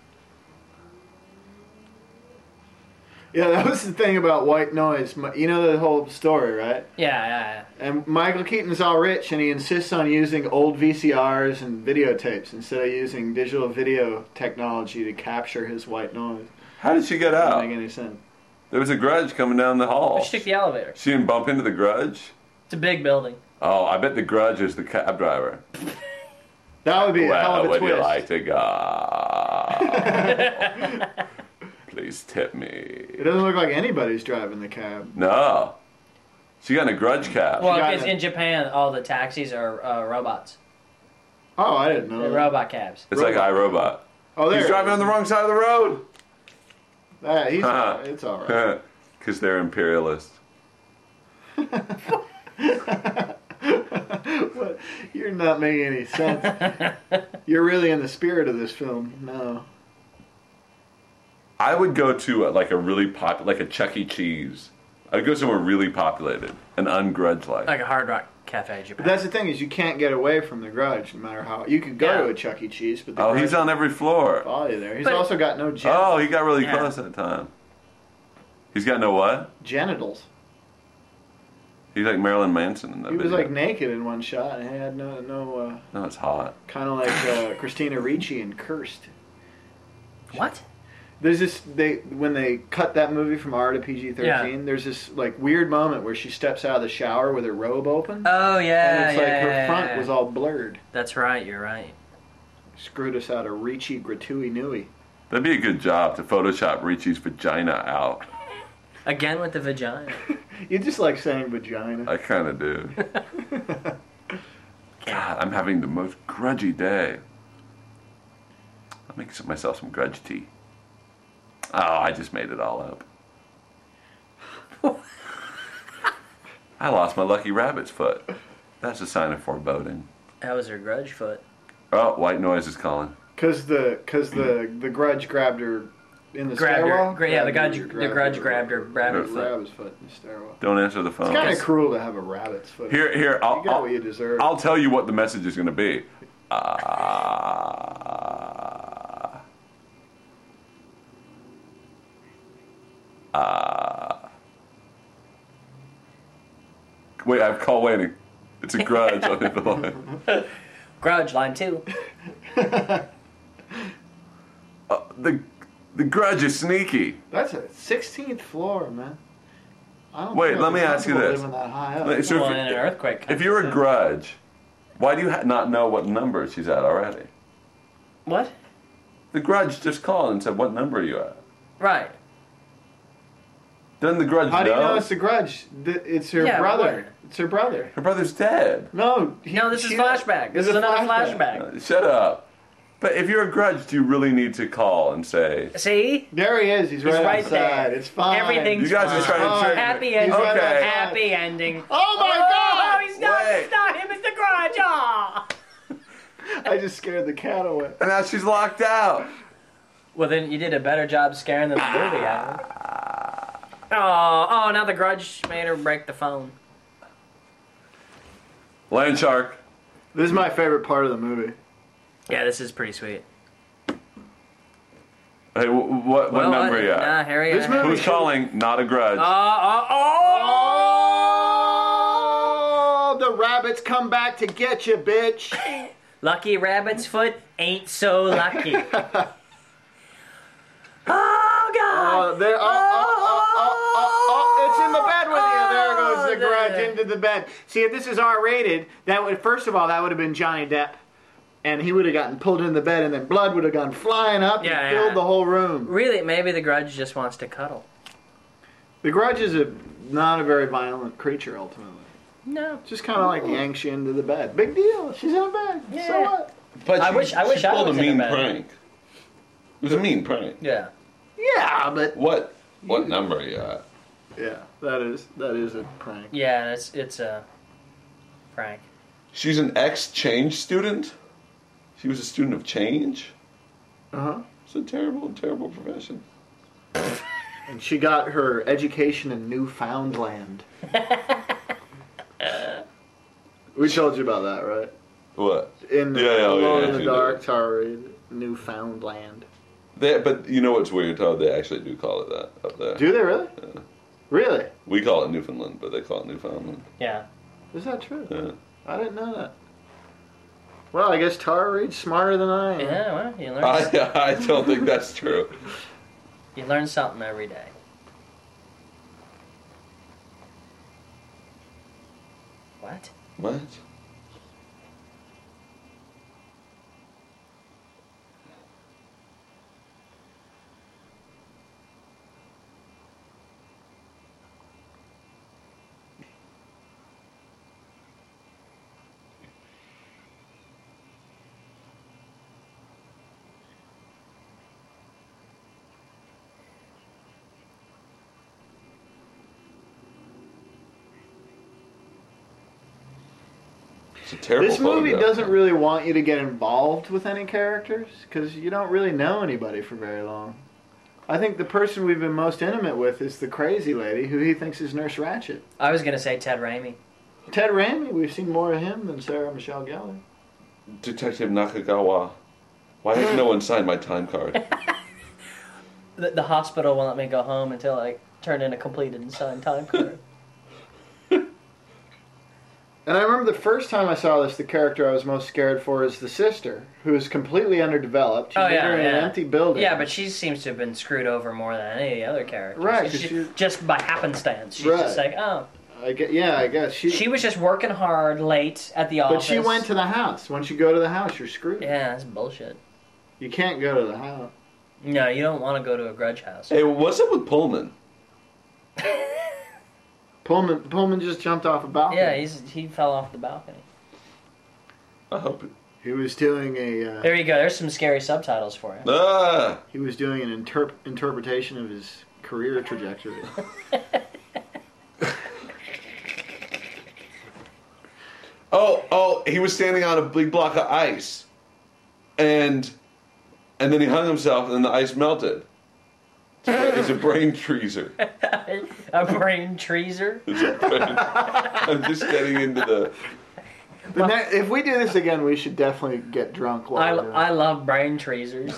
S2: Yeah, that was the thing about White Noise. My- You know the whole story, right?
S3: Yeah, yeah,
S2: And Michael Keaton's all rich, and he insists on using old VCRs and videotapes instead of using digital video technology to capture his white noise.
S1: How did she get
S2: Doesn't
S1: out?
S2: make any sense.
S1: There was a grudge coming down the
S3: yeah.
S1: hall.
S3: Just take the elevator.
S1: She didn't bump into the grudge?
S3: It's a big building.
S1: Oh, I bet the grudge is the cab driver.
S2: That would be a hell
S1: Well,
S2: of a
S1: would you
S2: twist.
S1: like to go? Please tip me.
S2: It doesn't look like anybody's driving the cab.
S1: No. She got in a grudge cab.
S3: Well,
S2: got
S3: because
S2: it.
S3: in Japan, all the taxis are uh, robots.
S2: Oh, I didn't know.
S3: They're
S2: that.
S3: robot cabs.
S1: it's like iRobot.
S2: Oh, there.
S1: He's driving on the wrong side of the road.
S2: Ah, he's,
S1: Huh.
S2: it's all right.
S1: Because they're imperialists.
S2: What? You're not making any sense. You're really in the spirit of this film. No.
S1: I would go to uh like a really pop, like a Chuck E. Cheese. I'd go somewhere really populated and ungrudge like.
S4: Like a Hard Rock Cafe
S2: But
S4: Japan.
S2: that's the thing is you can't get away from the grudge no matter how you could go
S4: Yeah.
S2: to a Chuck E. Cheese, but the
S1: Oh,
S2: grudge Oh,
S1: he's on every floor.
S2: body there. He's
S4: But-
S2: also got no gen-
S1: Oh, he got really
S4: Yeah.
S1: close that time. He's got no what?
S2: genitals.
S1: He's like Marilyn Manson in that
S2: He was
S1: video.
S2: like naked in one shot and he had no no uh,
S1: no, it's hot.
S2: kind of like uh, Christina Ricci and Cursed.
S3: What?
S2: There's this they when they cut that movie from R to PG-13.
S4: Yeah.
S2: There's this like weird moment where she steps out of the shower with her robe open,
S4: oh yeah,
S2: and it's
S4: yeah,
S2: like her
S4: yeah,
S2: front
S4: yeah.
S2: was all blurred.
S4: That's right. You're right.
S2: Screwed us out of Ricci Gratui Nui.
S1: That'd be a good job to Photoshop Richie's vagina out.
S4: Again with the vagina.
S2: You just like saying vagina.
S1: I kind of do. God, I'm having the most grudgy day. I'll make some, myself some grudge tea. Oh, I just made it all up. I lost my lucky rabbit's foot. That's a sign of foreboding.
S4: That was her grudge foot.
S1: Oh, white noise is calling.
S2: Cause the cause the the grudge grabbed her in the
S3: Grabbed
S2: stairwell.
S3: her. Gra- yeah, the
S2: Grabbed
S3: grudge.
S2: her,
S3: The grudge grabbed her rabbit
S1: Her
S3: foot.
S2: rabbit's foot in the stairwell.
S1: Don't answer the phone.
S2: It's kind of cruel to have a rabbit's foot.
S1: Here, here, I'll,
S2: you got what you deserve.
S1: I'll tell you what the message is going to be. Uh, Ah. Ah. Wait, I have call waiting. It's a grudge on the other line.
S3: Grudge line two.
S1: Uh, The, the grudge is sneaky.
S2: That's a 16th floor, man. I don't
S1: Wait,
S2: think I'd
S1: let me
S2: be
S1: ask you
S2: comfortable
S1: this.
S2: living That high up.
S1: Like, so
S3: well, in
S1: if,
S3: an
S1: you,
S3: earthquake.
S1: if you're a grudge, why do you ha- not know what number she's at already?
S3: what?
S1: The grudge just called and said, What number are you at?
S3: Right.
S1: Doesn't the grudge
S2: How do you know
S1: know?
S2: it's the grudge? Th- It's her
S3: Yeah,
S2: brother.
S3: what?
S2: It's her brother.
S1: Her brother's dead.
S2: No, he-
S3: No, this is
S2: she-
S3: flashback. This
S2: It's
S3: is
S2: a
S3: another flashback.
S1: Uh, Shut up. But if you're a grudge, do you really need to call and say,
S3: See?
S2: There he is. He's right,
S3: right
S2: outside.
S3: there.
S2: It's fine.
S3: Everything's
S1: You guys are trying
S3: fine.
S1: to
S2: Oh,
S1: trick me.
S3: Happy
S2: He's
S3: ending.
S1: right outside.
S3: Happy ending.
S2: Oh my
S3: Oh,
S2: god!
S3: he's not.
S1: Wait.
S3: It's not him. It's the garage. Ah. Aw.
S2: I just scared the cat away.
S1: and now she's locked out.
S3: Well, then you did a better job scaring than the movie. I Ah. oh, oh! Now the grudge made her break the phone.
S1: Land shark.
S2: This is my favorite part of the movie.
S3: Yeah, this is pretty sweet.
S1: Hey, wh- what, what number are you at?
S3: uh, Nah, Harry.
S2: This
S3: I-
S2: movie-
S1: Who's calling? Not a grudge.
S3: Oh, oh, oh,
S2: Oh,
S3: oh!
S2: the rabbits come back to get you, bitch.
S3: Lucky rabbit's foot ain't so lucky. oh God!
S2: Oh, there. Oh, oh, oh, oh, oh, oh, it's in the bed with
S3: Oh,
S2: you. There goes the
S3: there.
S2: grudge into the bed. See, if this is R-rated, that would first of all that would have been Johnny Depp, and he would have gotten pulled in the bed, and then blood would have gone flying up
S3: Yeah,
S2: and filled
S3: yeah.
S2: the whole room.
S3: Really, maybe the grudge just wants to cuddle.
S2: The grudge is a not a very violent creature ultimately.
S3: No.
S2: Just kind of like yanks you into the bed. Big deal. She's in a bed. So
S3: Yeah.
S2: what?
S1: but
S3: I wish- I wish I
S1: pulled
S3: was
S1: a
S3: in a
S1: mean
S3: band.
S1: prank. It was a mean prank.
S3: Yeah.
S2: Yeah, but
S1: What? What number are you at?
S2: yeah, that is that is a prank.
S3: Yeah, and it's it's uh, a prank.
S1: She's an exchange student. She was a student of change.
S2: Uh huh.
S1: It's a terrible, terrible profession.
S2: And she got her education in Newfoundland. we told you about that, right?
S1: What?
S2: In
S1: Yeah, yeah, oh,
S2: Alone
S1: yeah,
S2: in the
S1: she
S2: Dark,
S1: did.
S2: Tara Newfoundland.
S1: They, but you know what's weird? How they actually do call it that up there.
S2: Do they really? Really?
S1: We call it Newfoundland, but they call it Newfoundland.
S3: Yeah.
S2: Is that true?
S1: Yeah.
S2: I didn't know that. Well, I guess Tara Reid's smarter than Mm-hmm. I am.
S3: Yeah. Well, you learn
S1: I, I don't think that's true.
S3: you learn something every day. What?
S1: What? It's a terrible.
S2: This movie
S1: photograph.
S2: doesn't really want you to get involved with any characters because you don't really know anybody for very long. I think the person we've been most intimate with is the crazy lady who he thinks is Nurse Ratchet.
S3: I was gonna say Ted Raimi.
S2: Ted Raimi, we've seen more of him than Sarah Michelle Gellar.
S1: Detective Nakagawa. Why has no one signed my time card?
S3: The, the hospital won't let me go home until I turn in a completed and signed time card.
S2: And I remember the first time I saw this, the character I was most scared for is the sister, who is completely underdeveloped. You
S3: Oh,
S2: meet
S3: yeah,
S2: her in an
S3: yeah.
S2: empty building.
S3: yeah, but she seems to have been screwed over more than any of the other characters.
S2: Right, 'cause
S3: She,
S2: she-
S3: just by happenstance, she's just
S2: Right.
S3: like, oh,
S2: I gue- yeah, I guess she.
S3: she was just working hard late at the
S2: but
S3: office.
S2: she went to the house. Once you go to the house, you're screwed.
S3: Yeah, that's bullshit.
S2: You can't go to the house.
S3: No, you don't want to go to a grudge house.
S1: hey, what's up with Pullman?
S2: Pullman Pullman just jumped off a balcony.
S3: Yeah, he's he fell off the balcony.
S1: I hope it.
S2: He was doing a uh,
S3: There you go. There's some scary subtitles for you.
S1: Ah!
S2: he was doing an interp- interpretation of his career trajectory.
S1: Oh, oh, he was standing on a big block of ice. And and then he hung himself and then the ice melted. It's a brain treaser.
S3: a brain treaser.
S1: It's a brain- I'm just getting into the
S2: The ne- if we do this again, we should definitely get drunk
S3: I,
S2: while
S3: I love brain treasers.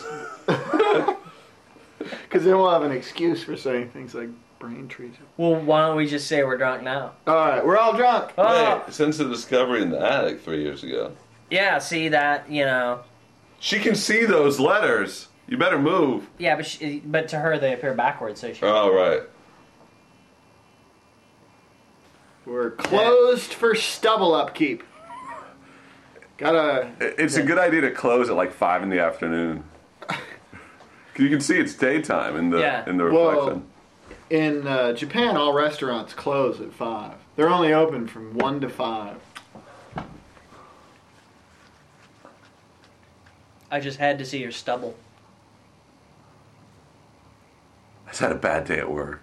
S2: because then we'll have an excuse for saying things like brain treason.
S3: well, why don't we just say we're drunk now?
S2: All right, we're all drunk.
S3: Oh,
S1: Hey, since the discovery in the attic three years ago.
S3: yeah. See that? You know.
S1: She can see those letters. You better move.
S3: Yeah, but she, but to her they appear backwards, so she.
S1: Oh right.
S2: We're closed for stubble upkeep. Gotta.
S1: It's a good idea to close at like five in the afternoon. You can see it's daytime in the
S3: Yeah.
S1: in the
S2: Well,
S1: reflection.
S2: In uh, Japan, all restaurants close at five. They're only open from one to five.
S3: I just had to see your stubble.
S1: I just had a bad day at work.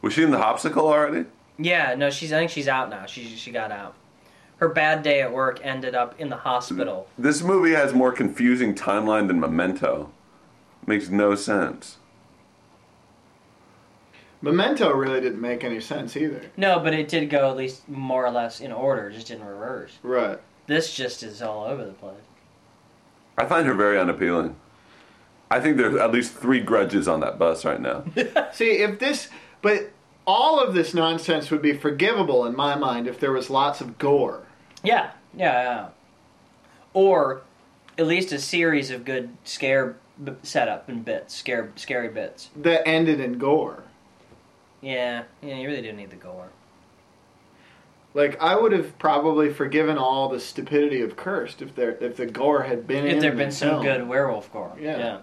S1: Was she in the hopsicle already?
S3: Yeah, no, she's. I think she's out now. She she got out. Her bad day at work ended up in the hospital.
S1: This movie has more confusing timeline than Memento. Makes no sense.
S2: Memento really didn't make any sense either.
S3: No, but it did go at least more or less in order. It just didn't reverse.
S2: Right.
S3: This just is all over the place.
S1: I find her very unappealing. I think there's at least three grudges on that bus right now.
S2: See, if this, but all of this nonsense would be forgivable in my mind if there was lots of gore.
S3: Yeah, yeah, yeah. Or at least a series of good scare b- setup and bits, scare scary bits.
S2: that ended in gore.
S3: Yeah, yeah, you really do need the gore.
S2: Like I would have probably forgiven all the stupidity of Cursed if there if the gore had been in
S3: If there'd
S2: the
S3: been some
S2: film.
S3: good werewolf gore.
S2: Yeah.
S3: yeah.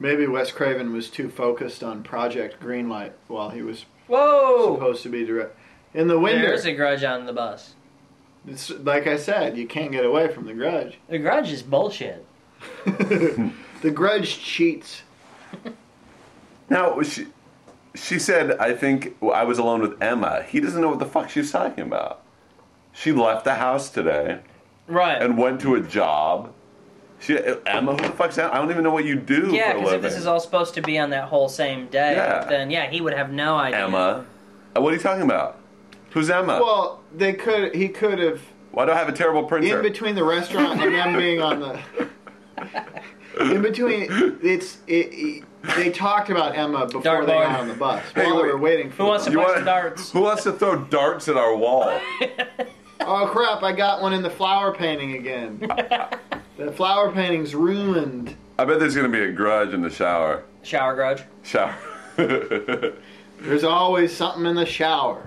S2: Maybe Wes Craven was too focused on Project Greenlight while he was
S3: Whoa!
S2: supposed to be direct in the window.
S3: There's a grudge on the bus.
S2: It's like I said, you can't get away from the Grudge.
S3: The grudge is bullshit.
S2: The Grudge cheats.
S1: now she, she said, "I think I was alone with Emma." He doesn't know what the fuck she's talking about. She left the house today
S3: Right.
S1: and went to a job. She, Emma, who the fuck's that? I don't even know what you do.
S3: yeah,
S1: for a
S3: because if this
S1: living.
S3: is all supposed to be on that whole same day,
S1: Yeah.
S3: then yeah, he would have no idea.
S1: Emma. Uh, What are you talking about? Who's Emma?
S2: Well, they could he could have
S1: Why do I have a terrible printer?
S2: in between the restaurant and them being on the in between it's it, it- they talked about Emma before
S3: Dark
S2: they
S3: bar.
S2: got on the bus while
S1: wait.
S2: they were waiting for
S3: Who wants
S2: them.
S3: to
S1: You
S3: play
S1: wanna-
S3: some darts?
S1: Who wants to throw darts at our wall?
S2: oh crap I got one in the flower painting again the flower painting's ruined
S1: I bet there's gonna be a grudge in the shower.
S3: Shower grudge.
S1: Shower.
S2: there's always something in the shower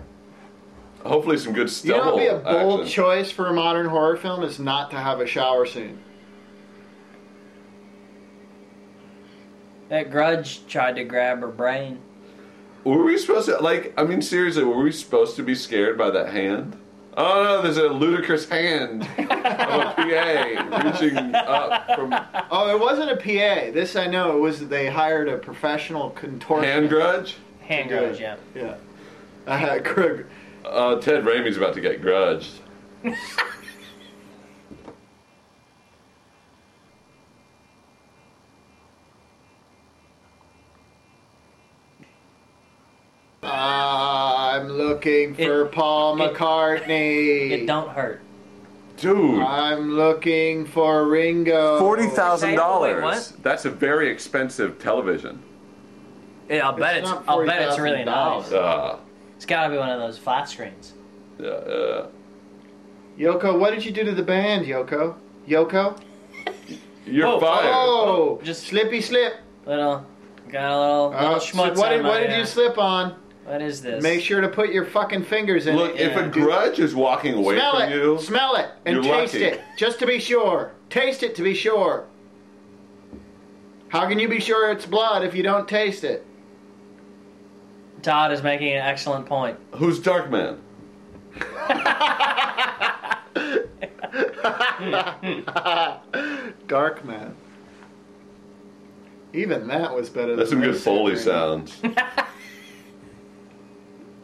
S1: Hopefully, some good
S2: you
S1: stubble.
S2: know what would be a bold
S1: action.
S2: choice for a modern horror film is not to have a shower scene
S3: That grudge tried to grab her brain.
S1: Were we supposed to like? I mean, seriously, were we supposed to be scared by that hand? Oh no, there's a ludicrous hand of a PA reaching up from
S2: oh it wasn't a PA this I know it was they hired a professional contortionist
S1: hand grudge.
S3: Hand
S2: to do
S3: grudge,
S2: it.
S3: yeah.
S2: yeah I had Krug
S1: Uh, Ted Raimi's about to get grudged.
S2: I'm looking for
S3: It-
S2: Paul
S3: it-
S2: McCartney.
S3: It don't hurt.
S1: Dude,
S2: I'm looking for Ringo.
S1: forty
S3: Say-
S1: thousand
S3: oh, wait,
S1: dollars.
S3: what?
S1: That's a very expensive television.
S3: Yeah, I'll bet
S2: It's
S3: it's.
S2: not
S3: I'll bet it's really
S2: $40,000.
S3: nice.
S1: Uh,
S3: It's got to be one of those flat screens.
S1: uh, uh,
S2: Yoko, what did you do to the band, Yoko? Yoko?
S1: you're
S3: Oh,
S1: fired.
S2: Oh,
S3: Oh,
S2: just
S3: just-
S2: slippy slip.
S3: Little got a little,
S2: Uh,
S3: little schmutz.
S2: what
S3: on
S2: did, what
S3: my,
S2: did
S3: uh,
S2: you slip on?
S3: What is this?
S2: Make sure to put your fucking fingers in
S1: Look,
S2: it.
S1: if a
S2: Do-
S1: grudge is walking away
S2: smell
S1: from
S2: it,
S1: you,
S2: smell it, and
S1: You're
S2: taste
S1: lucky.
S2: it, just to be sure. Taste it to be sure. How can you be sure it's blood if you don't taste it?
S3: Todd is making an excellent point.
S1: who's Darkman?
S2: Dark Man. Even that was better.
S1: That's
S2: than
S1: some good
S2: this.
S1: Foley sounds.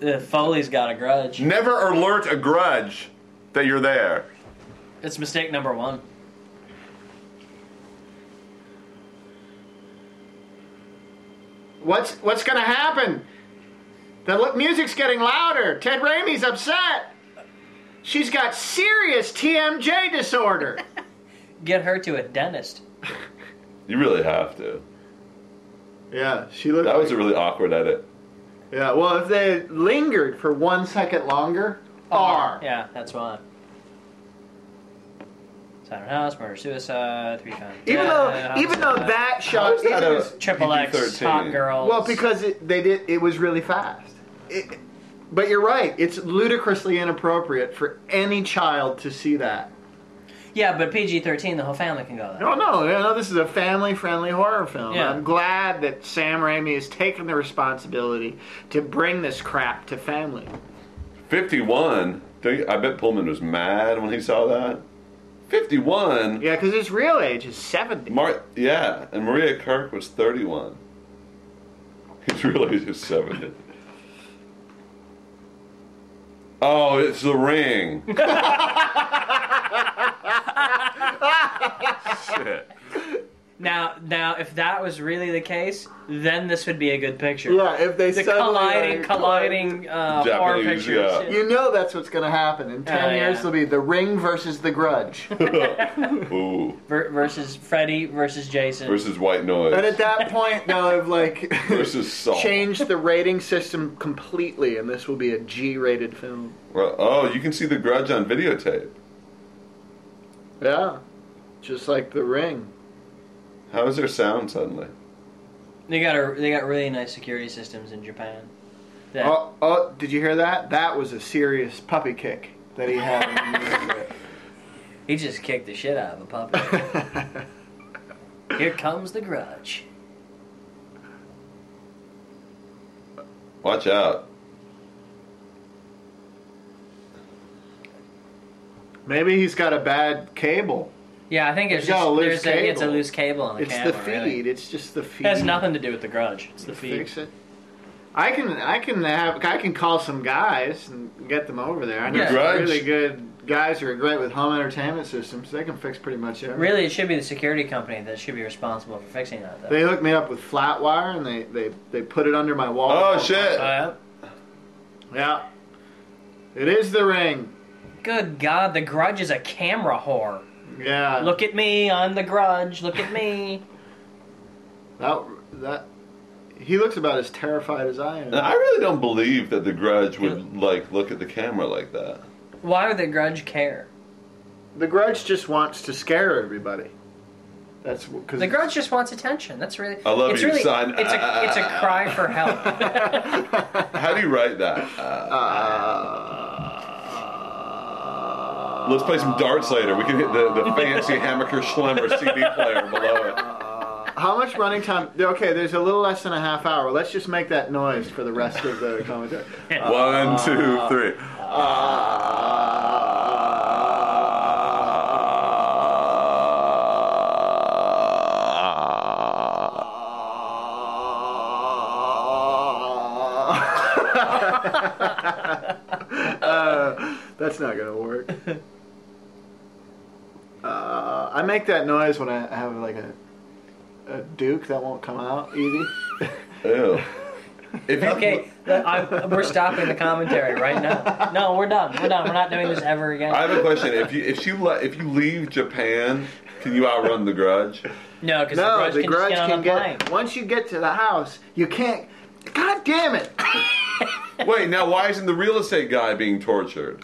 S3: Uh, Foley's got a grudge.
S1: Never alert a grudge that you're there.
S3: It's mistake number one.
S2: What's what's gonna happen? The li- music's getting louder. Ted Raimi's upset. She's got serious TMJ disorder.
S3: Get her to a dentist.
S1: You really have to.
S2: yeah, she looked.
S1: That was a really awkward edit.
S2: yeah. Well, if they lingered for one second longer, R.
S3: Yeah, that's one. Silent House, murder, suicide, three times.
S2: Even
S3: dead,
S2: though even though
S3: homicide.
S2: that
S1: How
S2: shot,
S1: is that
S2: even
S1: a-
S2: as-
S3: triple X
S1: PG-13.
S3: hot girls.
S2: well, because it, they did it was really fast. it, but you're right. It's ludicrously inappropriate for any child to see that.
S3: Yeah, but PG thirteen, the whole family can go there.
S2: No, no, no, no. This is a family-friendly horror film.
S3: Yeah.
S2: I'm glad that Sam Raimi has taken the responsibility to bring this crap to family.
S1: 51. Do you- I bet Pullman was mad when he saw that. 51.
S2: Yeah, because his real age is 70.
S1: Mar- yeah, and Maria Kirk was 31. He's really just 70. Oh, it's the ring. Shit.
S3: Now, now, if that was really the case, then this would be a good picture.
S2: Yeah, if they
S3: The
S2: suddenly
S3: colliding,
S2: are-
S3: colliding uh, horror
S1: Japanese,
S3: pictures.
S1: yeah.
S2: You know that's what's going to happen. In 10
S3: Oh,
S2: years,
S3: yeah.
S2: it'll be The Ring versus The Grudge. and
S1: Ooh.
S3: Ver- versus Freddy versus Jason.
S1: Versus white noise.
S2: at that point, they'll have, like,
S1: versus salt.
S2: changed the rating system completely, and this will be a G rated film.
S1: Well, oh, you can see the grudge on videotape.
S2: Yeah. Just like The Ring.
S1: How is there sound suddenly?
S3: They got a, they got really nice security systems in Japan. That,
S2: Oh, oh, did you hear that? That was a serious puppy kick that he had. in the music video.
S3: He just kicked the shit out of a puppy. Here comes the grudge.
S1: Watch out.
S2: Maybe he's got a bad cable.
S3: Yeah, I think it's
S2: You got
S3: just
S2: a loose
S3: there's a, it's a
S2: cable.
S3: loose cable on the
S2: it's
S3: camera.
S2: the feed.
S3: really.
S2: It's just the feed.
S3: It has nothing to do with the grudge. It's the feed.
S2: Fix it. I can I can have I can call some guys and get them over there. I know
S3: Yeah.
S2: some
S1: Grudge.
S2: really good guys who are great with home entertainment systems. They can fix pretty much everything.
S3: Really, it should be the security company that should be responsible for fixing that. Though.
S2: They hooked me up with flat wire and they, they, they put it under my wall.
S1: Oh, shit.
S3: Uh,
S2: Yeah. It is the ring.
S3: good God, the grudge is a camera whore.
S2: Yeah.
S3: Look at me, I'm the grudge. Look at me.
S2: that that he looks about as terrified as I am.
S1: And I really don't believe that the grudge would, like, look at the camera like that.
S3: Why would the grudge care?
S2: The Grudge just wants to scare everybody. That's because
S3: The grudge just wants attention. That's really.
S1: I love
S3: it's
S1: you,
S3: really,
S1: son.
S3: It's a, it's a cry for help.
S1: How do you write that? Uh,
S2: Uh,
S1: let's play some darts later. We can hit the, the fancy Hammaker Schlemmer CD player below it.
S2: How much running time? Okay, there's a little less than a half hour. Let's just make that noise for the rest of the commentary.
S1: One, two, three.
S2: Uh, that's not gonna work. Uh, I make that noise when I have like a a Duke that won't come out, Evie.
S1: Ew. If you-
S3: Okay, I'm, we're stopping the commentary right now. No, we're done. We're done. We're not doing this ever again.
S1: I have a question. If you if you le- if you leave Japan, can you outrun the grudge?
S3: No, because
S2: No,
S3: the grudge
S2: the
S3: can
S2: grudge
S3: just get
S2: can
S3: on the plane.
S2: get. Once you get to the house, you can't. God damn it!
S1: Wait, now why isn't the real estate guy being tortured?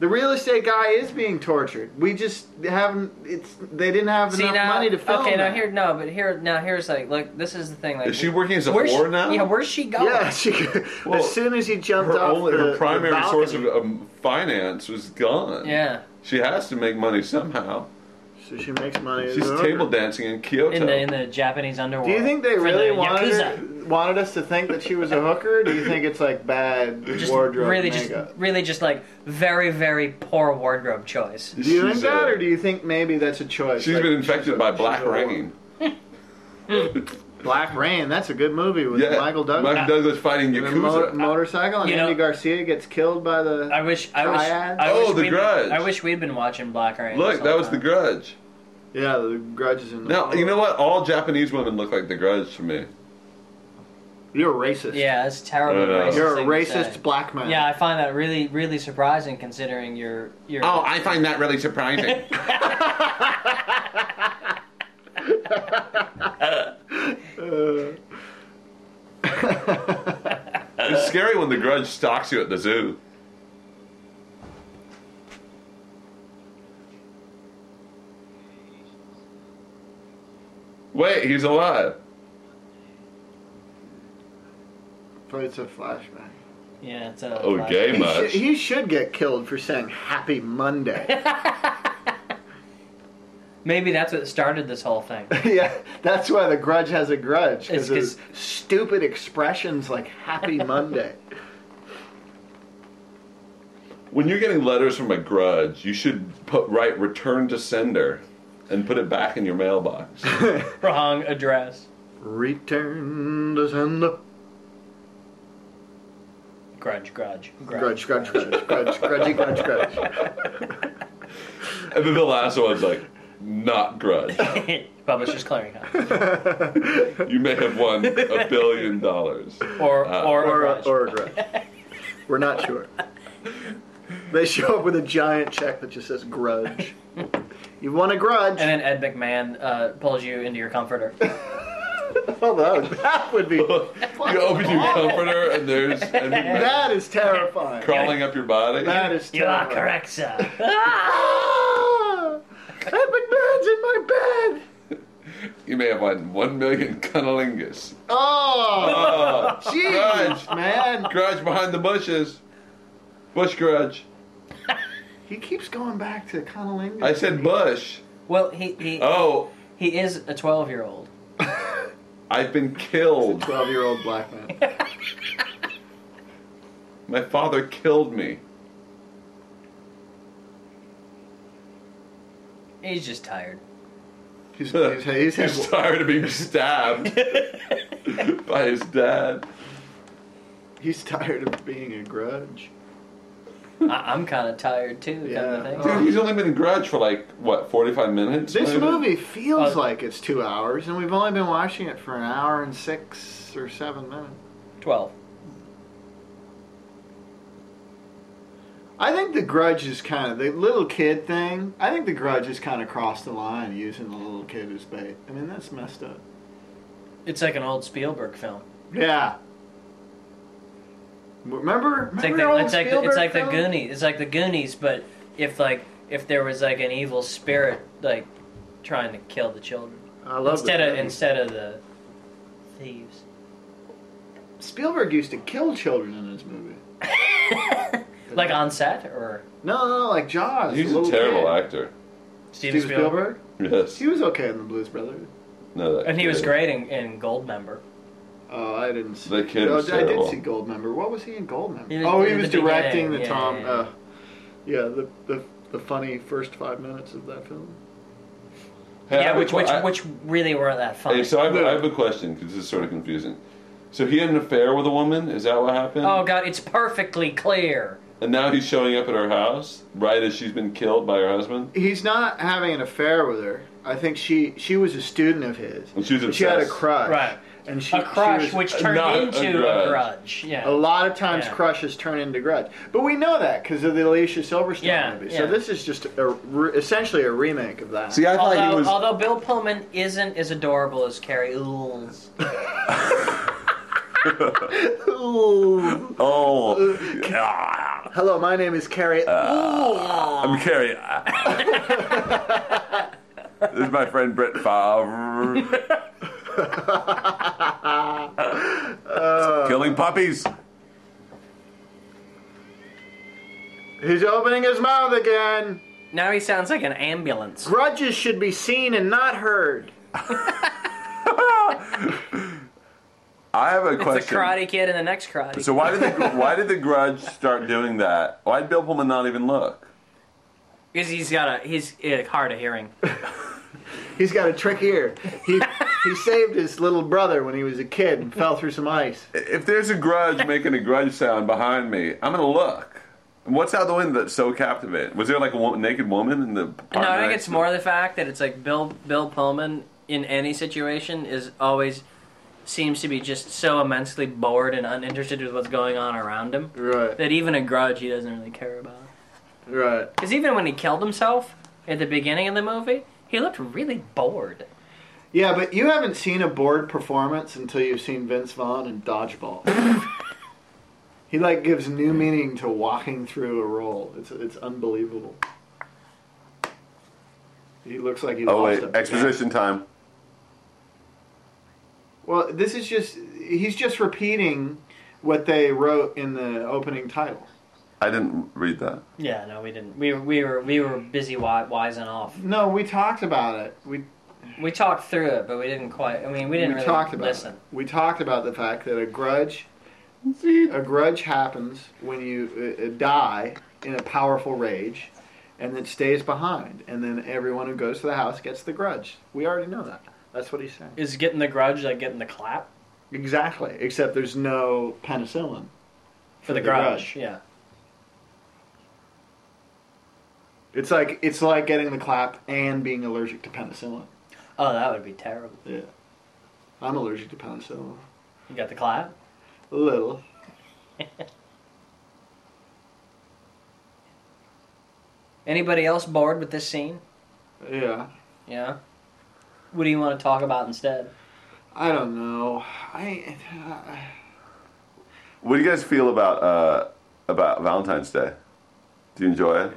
S2: The real estate guy is being tortured. We just haven't. It's they didn't have
S3: See
S2: enough
S3: now,
S2: money to film.
S3: okay,
S2: that.
S3: now here, no, but here, now here's like, look, this is the thing. Like,
S1: Is she working as a
S3: where's
S1: whore
S3: she,
S1: now?
S3: Yeah, where's she going?
S2: Yeah, she.
S1: Well,
S2: as soon as he jumped
S1: her
S2: off
S1: only
S2: the,
S1: her
S2: the
S1: primary source of
S2: balcony-
S1: um, finance was gone.
S3: Yeah,
S1: She has to make money somehow.
S2: so she makes money.
S1: She's
S2: as an
S1: table
S2: owner.
S1: dancing in Kyoto.
S3: in the in the Japanese underworld.
S2: Do you think they
S3: For
S2: really
S3: the
S2: wanted her,
S3: Yakuza.
S2: wanted us to think that she was a hooker? Do you think it's like bad
S3: Just
S2: wardrobe
S3: really,
S2: makeup?
S3: just really, just like very, very poor wardrobe choice.
S2: do you
S1: She's,
S2: think that,
S1: uh,
S2: or do you think maybe that's a choice?
S1: She's
S2: Like,
S1: been infected by black
S2: she's a-
S1: rain.
S2: Black Rain. That's a good movie with
S1: Yeah,
S2: Michael Douglas.
S1: Michael Douglas fighting
S2: The mo-
S1: Yakuza.
S2: motorcycle and
S3: You
S2: Andy
S3: know-
S2: Garcia gets killed by the.
S3: I wish, I wish,
S2: Triad?
S3: I
S1: Oh,
S3: wish
S1: The
S3: we'd-
S1: Grudge.
S3: I wish we'd been watching Black Rain. this
S1: Look,
S3: whole
S1: that was the
S3: time.
S1: Grudge.
S2: yeah, the grudge is in the.
S1: Now you know what? All Japanese women look like the Grudge to me.
S2: You're racist.
S3: Yeah, that's
S1: No,
S3: terrible.
S1: no, no.
S3: racist
S2: You're a
S3: thing to say.
S2: racist black man.
S3: Yeah, I find that really, really surprising considering your your.
S1: Oh,
S2: Oh,
S1: I find that really surprising.
S2: Uh,
S1: it's scary when the Grudge stalks you at the zoo. Wait, he's alive.
S2: But it's a flashback.
S3: Yeah, it's uh,
S1: Oh,
S3: a.
S5: Okay,
S2: He,
S5: much.
S2: should- he should get killed for saying Happy Monday.
S3: Maybe that's what started this whole thing.
S2: yeah, that's why the grudge has a grudge
S3: It's
S2: because
S3: 'cause-
S2: his stupid expressions like Happy Monday.
S5: When you're getting letters from a grudge, you should put right return to sender and put it back in your mailbox.
S3: Wrong address.
S2: Return to sender.
S3: Grudge, grudge, grudge.
S2: Grudge, grudge, grudge, grudge, grudgy, grudge, grudge.
S5: and then the last one's like, not grudge.
S3: Publishers Clearinghouse.
S5: You may have won a billion dollars.
S3: Or,
S5: Uh,
S3: or,
S2: Or
S3: a
S2: a,
S3: grudge.
S2: or a grudge. We're not sure. They show up with a giant check that just says grudge. You want a grudge?
S3: and then Ed McMahon uh, pulls you into your comforter.
S2: Hold on, that would be.
S5: You open your comforter and there's and you're
S2: That is terrifying.
S5: crawling up your body.
S2: That is
S3: you are
S2: terrifying.
S3: correct, sir.
S2: Ah! Ed McMahon's in my bed.
S5: You may have won one million cunnilingus.
S2: Oh,
S5: Oh,
S2: jeez, man.
S5: grudge behind the bushes. Bush grudge.
S2: He keeps going back to Conolingus.
S5: I said bush.
S3: Well, he he,
S5: Oh,
S3: he is a 12 year old.
S5: I've been killed.
S2: twelve-year-old black man.
S5: My father killed me.
S3: He's just tired.
S2: He's, he's, he's had,
S5: He's tired of being stabbed by his dad.
S2: he's tired of being a grudge.
S3: I, I'm kind of tired too, kind
S2: Yeah. Oh.
S3: of thing.
S5: Dude, he's only been in Grudge for like what, forty-five minutes?
S2: Uh, This
S5: maybe?
S2: movie feels
S3: Uh,
S2: like it's two hours, and we've only been watching it for an hour and six or seven minutes.
S3: 12.
S2: I think the grudge is kind of the little kid thing. I think the grudge is kind of crossed the line using the little kid as bait. I mean, that's messed up.
S3: It's like an old Spielberg film.
S2: Yeah. Remember?
S3: It's like
S2: remember
S3: the,
S2: old
S3: it's like the, it's
S2: Spielberg
S3: like the
S2: film?
S3: Goonies. It's like the Goonies, but if like if there was like an evil spirit like trying to kill the children
S2: I love
S3: instead
S2: the
S3: of
S2: Goonies.
S3: instead of the thieves.
S2: Spielberg used to kill children in his movie.
S3: Like on set or
S2: No, no, no, like Jaws.
S5: He's
S2: the
S5: a
S2: little
S5: terrible
S2: kid.
S5: actor.
S3: Steven
S2: Steven
S3: Spielberg.
S2: Spielberg.
S5: Yes.
S2: He was okay in the Blues Brothers.
S5: No, that
S3: And he
S5: kid.
S3: was great in, in Goldmember.
S2: Oh, I didn't see.
S5: The kid
S2: Oh,
S5: was
S2: I did
S5: terrible.
S2: see Goldmember. What was he in Goldmember?
S3: He was
S2: oh, he
S3: in the
S2: was directing the
S3: beginning,
S2: Tom.
S3: yeah.
S2: Uh, yeah, the, the the funny first five minutes of that film.
S5: Hey, I
S3: yeah,
S5: have a
S3: which
S5: que-
S3: which
S5: I-
S3: which really weren't that funny.
S5: Hey, so I have, I have a question because this is sort of confusing. So he had an affair with a woman. Is that what happened?
S3: oh god, it's perfectly clear.
S5: And now he's showing up at her house right as she's been killed by her husband.
S2: He's not having an affair with her. I think she she was a student of his.
S5: And she was
S2: She had a
S5: obsessed.
S2: crush.
S3: Right.
S2: And she
S3: A crush
S2: she was-
S3: which turned
S5: not a
S3: into
S5: grudge.
S3: a grudge. Yeah.
S1: Oh,
S2: A lot of times
S3: Yeah.
S2: crushes turn into grudge, but we know that because of the Alicia Silverstone
S3: Yeah,
S2: movie.
S3: yeah.
S2: So this is just a, re- essentially a remake of that.
S1: See, I thought
S3: although,
S1: he was.
S3: although Bill Pullman isn't as adorable as Carrie Ools.
S2: Ooh.
S1: Oh, ah,
S2: Hello, my name is Carrie.
S5: Uh.
S1: I'm Carrie. Ah. this is my friend Brett Favre. Killing puppies.
S2: He's opening his mouth again.
S3: Now he sounds like an ambulance.
S2: Grudges should be seen and not heard.
S1: I have a
S3: It's the
S1: question.
S3: Karate Kid and the next Karate.
S1: so why did the, why did the Grudge start doing that? Why did Bill Pullman not even look?
S3: Because he's got a he's uh, hard of hearing.
S2: He's got a trick ear. He he saved his little brother when he was a kid and fell through some ice.
S1: If there's a grudge making a grudge sound behind me, I'm gonna look. What's out the window that's so captivating? Was there like a wo- naked woman in the?
S3: No,
S1: apartment
S3: I think
S1: next
S3: it's
S1: to-
S3: more the fact that it's like Bill Bill Pullman in any situation is always seems to be just so immensely bored and uninterested with what's going on around him
S2: Right,
S3: that even a grudge he doesn't really care about.
S2: right.
S3: Because even when he killed himself at the beginning of the movie, he looked really bored.
S2: Yeah, but you haven't seen a bored performance until you've seen Vince Vaughn in Dodgeball. he like gives new meaning to walking through a role. It's it's unbelievable. He looks like he
S1: Oh
S2: lost
S1: wait,
S2: it.
S1: exposition time.
S2: Well, this is just he's just repeating what they wrote in the opening title.
S1: I didn't read that.
S3: Yeah, no, we didn't. We were we were we were busy wi- wising off.
S2: No, we talked about it. We
S3: We talked through it, but we didn't quite. I mean, we didn't
S2: we
S3: really
S2: talked about
S3: listen.
S2: it. We talked about the fact that a grudge, a grudge happens when you uh, uh, die in a powerful rage, and it stays behind. And then everyone who goes to the house gets the grudge. We already know that. That's what he's saying.
S3: Is getting the grudge like getting the clap
S2: Exactly. Except there's no penicillin.
S3: for
S2: the
S3: the, grudge.
S2: grudge.
S3: Yeah.
S2: It's like it's like getting the clap and being allergic to penicillin.
S3: Oh, that would be terrible.
S2: Yeah. I'm allergic to penicillin.
S3: You got the clap.
S2: A little.
S3: Anybody else bored with this scene?
S2: Yeah.
S3: Yeah. What do you want to talk about instead?
S2: I don't know. I. I
S1: What do you guys feel about uh, about Valentine's Day? Do you enjoy it?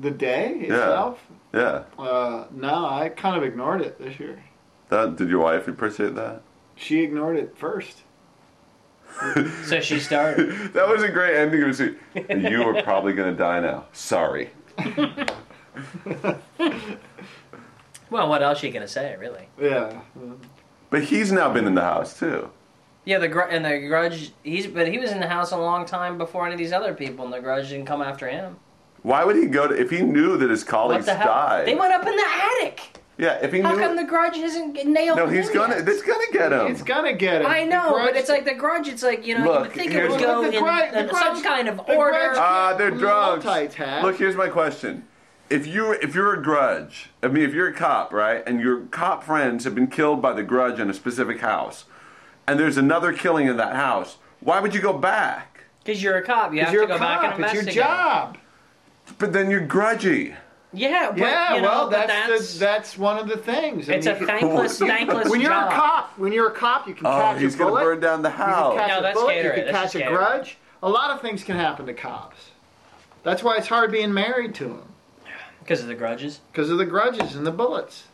S2: the day itself.
S1: Yeah.
S2: Uh, no, I kind of ignored it this year.
S1: That, did your wife appreciate that?
S2: She ignored it first.
S3: So she started.
S1: That was a great ending of a scene. You are probably gonna die now. Sorry.
S3: well, what else are you gonna say, really?
S2: Yeah.
S1: Um, But he's now been in the house too.
S3: Yeah, the gr- and the grudge. He's but he was in the house a long time before any of these other people, and the grudge didn't come after him.
S1: Why would he go to if he knew that his
S3: What
S1: colleagues
S3: the hell?
S1: died?
S3: They went up in the attic.
S1: yeah, if he
S3: How
S1: knew.
S3: come the grudge isn't get- nailed?
S1: no,
S3: in
S1: he's
S3: yet?
S1: gonna. It's gonna get him.
S2: It's gonna get it.
S3: I know,
S2: The grudge-
S3: but it's like the grudge. It's like you know, you
S1: Look,
S3: would think it would
S1: here's-
S3: go
S2: The
S3: in,
S2: grudge- the
S3: in some
S2: grudge-
S3: kind of
S2: the grudge-
S3: order.
S1: Ah, they're drugs.
S2: Multi-task.
S1: Look, here's my question. If you if you're a grudge, I mean if you're a cop, right, and your cop friends have been killed by the grudge in a specific house, and there's another killing in that house, why would you go back?
S3: Because you're a cop, you have
S2: you're
S3: to
S2: a
S3: go back and
S2: cop. It's your
S3: investigate.
S2: job.
S1: But then you're grudgy.
S3: Yeah, but,
S2: Yeah.
S3: you know,
S2: well,
S3: but
S2: that's the, that's one of the things. I
S3: it's
S2: mean,
S3: a thankless, thankless
S2: when you're
S3: job.
S2: a cop, when you're a cop, you can
S1: Oh,
S2: catch
S1: he's
S2: a
S1: gonna
S2: bullet.
S1: burn down the
S2: You can catch
S1: house.
S3: No,
S2: a
S3: that's
S2: bullet.
S3: Gatorade.
S2: You can
S3: That's
S2: catch
S3: just
S2: a
S3: Gatorade.
S2: grudge. A lot of things can happen to cops. That's why it's hard being married to them
S3: because of the grudges.
S2: because of the grudges and the bullets,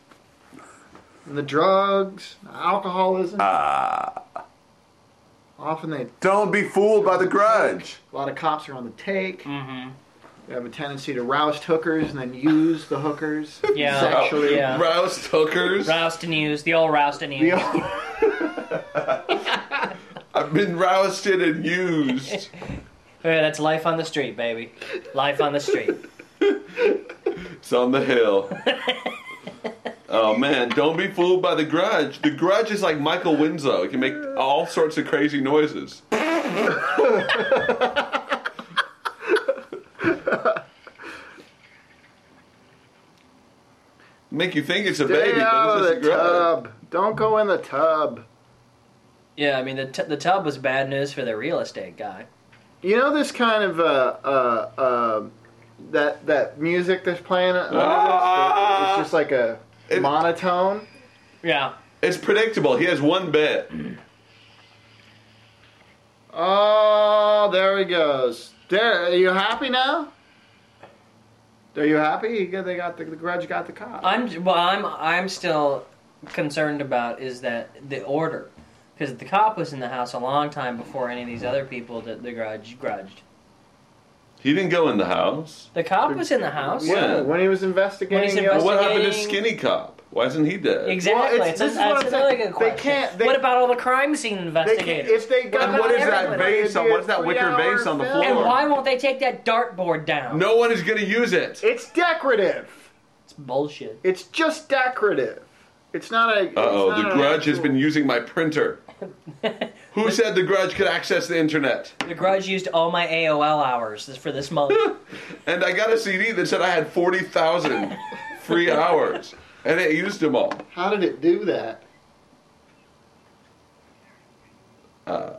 S2: and the drugs, alcoholism.
S1: Ah,
S2: Often they
S1: don't be fooled by the grudge.
S2: A lot of cops are on the take.
S3: Mm-hmm.
S2: They have a tendency to roust hookers and then use the hookers
S3: Yeah.
S2: sexually.
S3: Yeah.
S5: Rouse hookers.
S3: Roused news, the old roused news.
S2: We all-
S5: I've been roused and used.
S3: Yeah, that's life on the street, baby. Life on the street.
S5: It's on the hill. oh man, don't be fooled by the grudge. The grudge is like Michael Winslow. It can make all sorts of crazy noises. make you think it's a
S2: Stay
S5: baby,
S2: out
S5: but
S2: of
S5: it's
S2: the
S5: just a grudge.
S2: tub. Don't go in the tub.
S3: yeah, I mean the t- the tub was bad news for the real estate guy.
S2: You know this kind of uh, uh, uh, that that music that's playing. on this?
S5: Ah!
S2: it's just like a
S5: It-
S2: monotone.
S3: Yeah.
S5: It's predictable. He has one bet.
S2: Oh, there he goes. There, are you happy now? Are you happy? He got- They got the, the grudge. Got the cop.
S3: I'm well. I'm I'm still concerned about is that the order, because the cop was in the house a long time before any of these other people that the grudge grudged.
S5: He didn't go in the house.
S3: The cop was in the house.
S2: yeah,
S5: Yeah.
S2: when he was investigating.
S3: When he's
S2: the other-
S5: Well, what happened to
S3: Investigating-
S5: Skinny Cop? Why isn't he dead?
S3: Exactly.
S2: Well, it's-
S3: it's,
S2: this is
S3: a,
S2: what
S3: it's
S2: I'm
S3: a
S2: saying.
S3: really good
S2: They
S3: question.
S2: can't- they-
S3: what about all the crime scene
S2: They can't,
S3: investigators?
S2: if they got
S5: And what is that
S3: everybody.
S5: vase on? What's that wicker vase on the floor?
S3: and why won't they take that dartboard down?
S5: No one is going to use it.
S2: It's decorative.
S3: It's bullshit.
S2: It's just decorative. It's not a. it's
S5: Uh oh,
S2: not
S5: the
S2: an
S5: grudge has
S2: actual-
S5: been using my printer. Who said the grudge could access the internet?
S3: The grudge used all my AOL hours this- for this month.
S5: And I got a CD that said I had 40,000 free hours, and it used them all.
S2: How did it do that?
S5: Uh.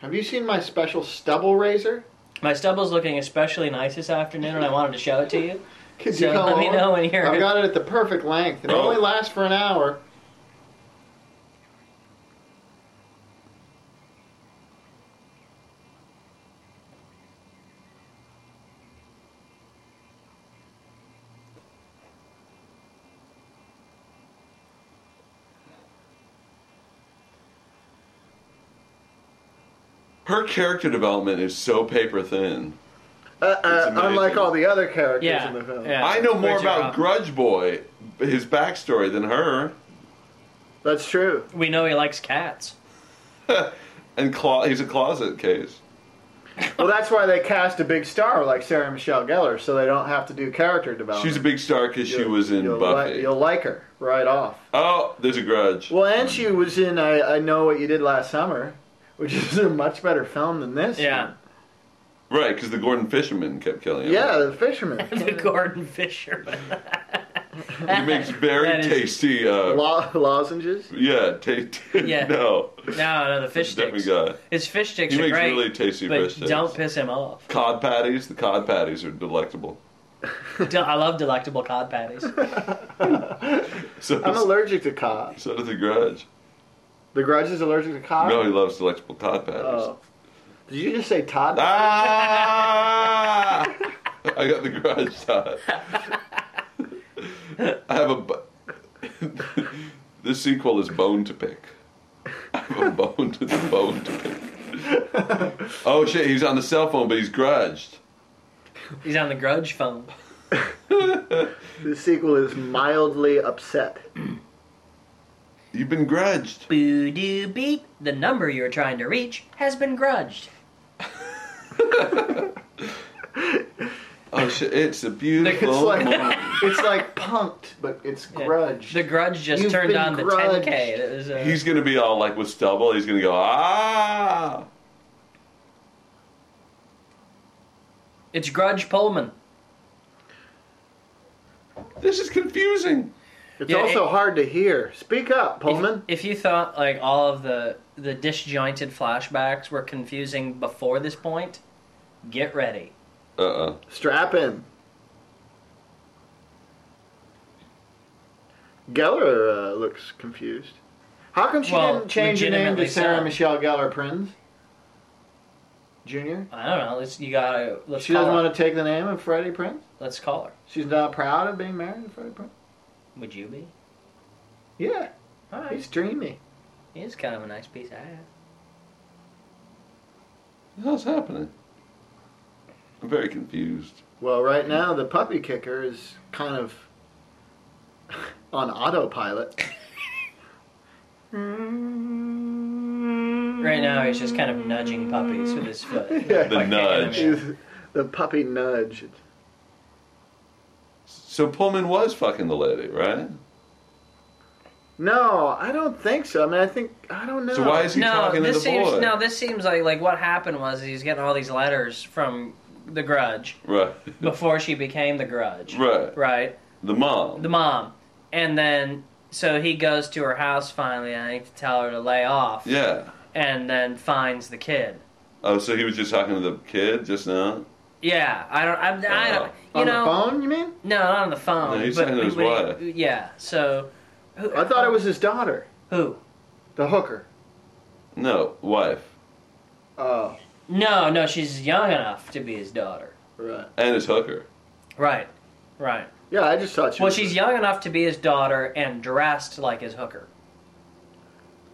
S2: Have you seen my special stubble razor?
S3: my stubble's looking especially nice this afternoon, and I wanted to show it to you.
S2: Could
S3: So let me
S2: over?
S3: know when you're-
S2: I've got it at the perfect length. It
S5: Oh.
S2: only lasts for an hour.
S1: Her character development is so paper thin.
S2: Uh, uh,
S1: amazing.
S2: unlike all the other characters
S3: Yeah,
S2: in the film.
S3: yeah.
S1: I know more
S3: Where's your
S1: about
S3: problem?
S1: Grudge Boy, his backstory, than her.
S2: That's true.
S3: We know he likes cats.
S1: And clo- he's a closet case.
S2: Well, that's why they cast a big star like Sarah Michelle Gellar, so they don't have to do character development.
S1: She's a big star because she
S2: You'll-
S1: was in
S2: you'll
S1: Buffy.
S2: Li- you'll like her right off.
S1: oh, there's a grudge.
S2: Well, and she was in I, I Know What You Did Last Summer, which is a much better film than this.
S3: Yeah.
S1: Right, because the Gordon Fisherman kept killing
S2: one.
S1: him.
S2: Yeah, The Fisherman.
S3: the Gordon Fisherman.
S1: He makes very
S3: That is-
S1: tasty, uh,
S2: Lo- lozenges.
S1: yeah, tasty,
S3: Yeah.
S1: no,
S3: no, no, the fish
S1: definitely
S3: sticks.
S1: guy.
S3: His fish sticks
S1: He
S3: are
S1: makes
S3: great,
S1: really tasty
S3: but
S1: fish sticks.
S3: don't piss him off.
S1: Cod patties, the cod patties are delectable.
S3: Del- I love delectable cod patties.
S1: So,
S2: I'm allergic to cod.
S1: so does the grudge.
S2: The Grudge is allergic to cod?
S1: No, he loves delectable cod patties.
S2: Oh. Did you just say Todd?
S1: Ah! I got the garage shot. I have a. bu- the sequel is bone to pick. I have a bone to bone to pick. Oh shit! He's on the cell phone, but he's grudged.
S3: He's on the grudge phone.
S2: The sequel is Mildly Upset.
S1: You've been grudged.
S3: Boo doo beep. The number you're trying to reach has been grudged.
S1: Oh shit! It's a beautiful.
S2: It's like-
S1: morning.
S2: It's like punked, but it's
S3: Yeah.
S2: grudge.
S3: The grudge just
S2: You've
S3: turned
S2: been
S3: on the
S2: grudged.
S3: 10k. That was, uh,
S1: He's gonna be all like with stubble. He's gonna go ah.
S3: It's Grudge Pullman.
S1: This is confusing.
S2: It's
S3: Yeah,
S2: also
S3: it-
S2: hard to hear. Speak up, Pullman.
S3: If, if you thought like all of the the disjointed flashbacks were confusing before this point, get ready.
S1: Uh uh
S2: Strap in. Geller uh, looks confused. How come she
S3: Well,
S2: didn't change her name to
S3: legitimately
S2: Sarah
S3: so.
S2: Michelle Geller Prinz Jr.?
S3: I don't know. Let's you gotta let's
S2: She
S3: call
S2: doesn't
S3: her.
S2: want to take the name of Freddie Prinz.
S3: Let's call her.
S2: She's not proud of being married to Freddie Prinz.
S3: Would you be?
S2: Yeah,
S3: All right.
S2: he's dreamy.
S3: He's kind of a nice piece of ass.
S1: What's happening? I'm very confused.
S2: Well, right now the puppy kicker is kind of on autopilot.
S3: Right now, he's just kind of nudging puppies with his foot.
S2: Yeah.
S1: The
S3: Like kicking them
S1: nudge.
S3: in.
S2: She's- the puppy nudge.
S1: So Pullman was fucking the lady, right?
S2: No, I don't think so. I mean, I think I don't know.
S1: So why is he
S3: No,
S1: talking to the
S3: this seems
S1: boy?
S3: no. This seems like like what happened was he's getting all these letters from the Grudge
S1: Right,
S3: before she became the Grudge.
S1: right.
S3: Right.
S1: The mom.
S3: the mom, and then so he goes to her house finally, I think, to tell her to lay off,
S1: yeah.
S3: and then finds the kid.
S1: Oh, so he was just talking to the kid just now.
S3: Yeah, I don't, I, I
S1: Uh,
S3: don't, you
S2: on
S3: know,
S2: the phone? You mean?
S3: no, not on the phone.
S1: No, he's
S3: but
S1: talking to his
S3: when he-
S1: wife.
S3: Yeah, so who,
S2: I thought it was his daughter,
S3: who?
S2: the hooker.
S1: No, wife
S2: Oh,
S3: No, no, she's young enough to be his daughter.
S2: right.
S1: and his hooker.
S3: Right, right.
S2: Yeah, I just thought she.
S3: Well,
S2: was-
S3: she's young enough to be his daughter and dressed like his hooker.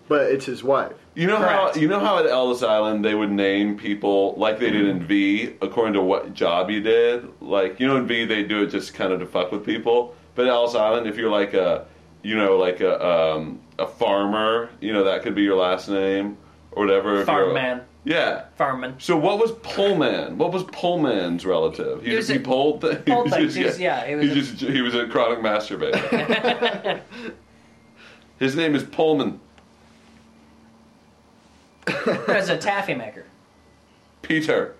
S2: But it's his wife.
S1: You know
S3: Correct.
S1: how you know how at Ellis Island they would name people like they did in V according to what job you did. Like you know in V they do it just kind of to fuck with people. But at Ellis Island, if you're like a you know like a um, a farmer, you know that could be your last name or whatever. if you're
S3: Farm
S1: a-
S3: man,
S1: Yeah.
S3: farmman.
S1: So what was Pullman? What was Pullman's relative? He,
S3: He
S1: was
S3: was
S1: he
S3: a-
S1: pulled things.
S3: pulled
S1: He
S3: things,
S1: just-
S3: he was- yeah, he was
S1: he
S3: a-
S1: just he was a chronic masturbator. His name is Pullman.
S3: There's a taffy maker.
S1: Peter.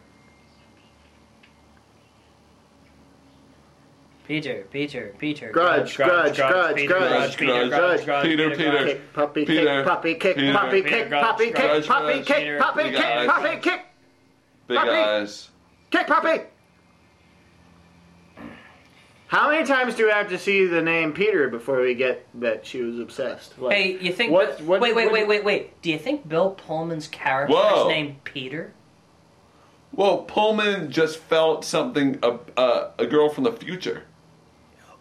S3: Peter, Peter, Peter.
S2: Grudge, grudge, grudge,
S1: grudge,
S2: grudge,
S1: grudge,
S2: grudge.
S1: Peter, Peter.
S2: Kick, puppy,
S1: Peter.
S2: kick, puppy, kick,
S1: Peter.
S2: puppy,
S1: Peter,
S2: kick,
S3: grudge,
S2: puppy, kick,
S1: grudge,
S2: puppy,
S1: grudge.
S2: kick,
S3: Peter,
S2: puppy,
S1: big
S2: kick,
S1: eyes.
S2: puppy, kick,
S1: Big
S2: Puppy.
S1: eyes.
S2: kick, puppy. How many times do we have to see the name Peter before we get that she was obsessed? Like,
S3: Hey, you think?
S2: What- what-
S3: wait, wait,
S2: what-
S3: wait, wait, wait. Do you think Bill Pullman's character
S1: Whoa.
S3: is named Peter?
S1: Well, Pullman just felt something a a, a girl from the future.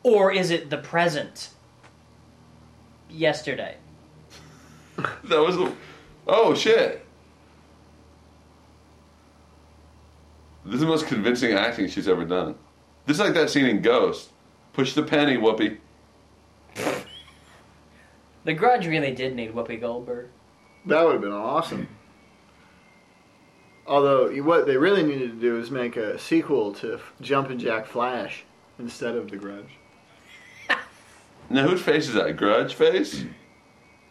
S3: Or is it the present? Yesterday.
S1: That was the Oh shit. This is the most convincing acting she's ever done. This is like that scene in Ghost. Push the penny, Whoopi.
S3: The Grudge really did need Whoopi Goldberg.
S2: That would have been awesome. Although you- what they really needed to do is make a sequel to F- Jumpin' Jack Flash instead of The Grudge.
S1: Now whose face is that? Grudge face?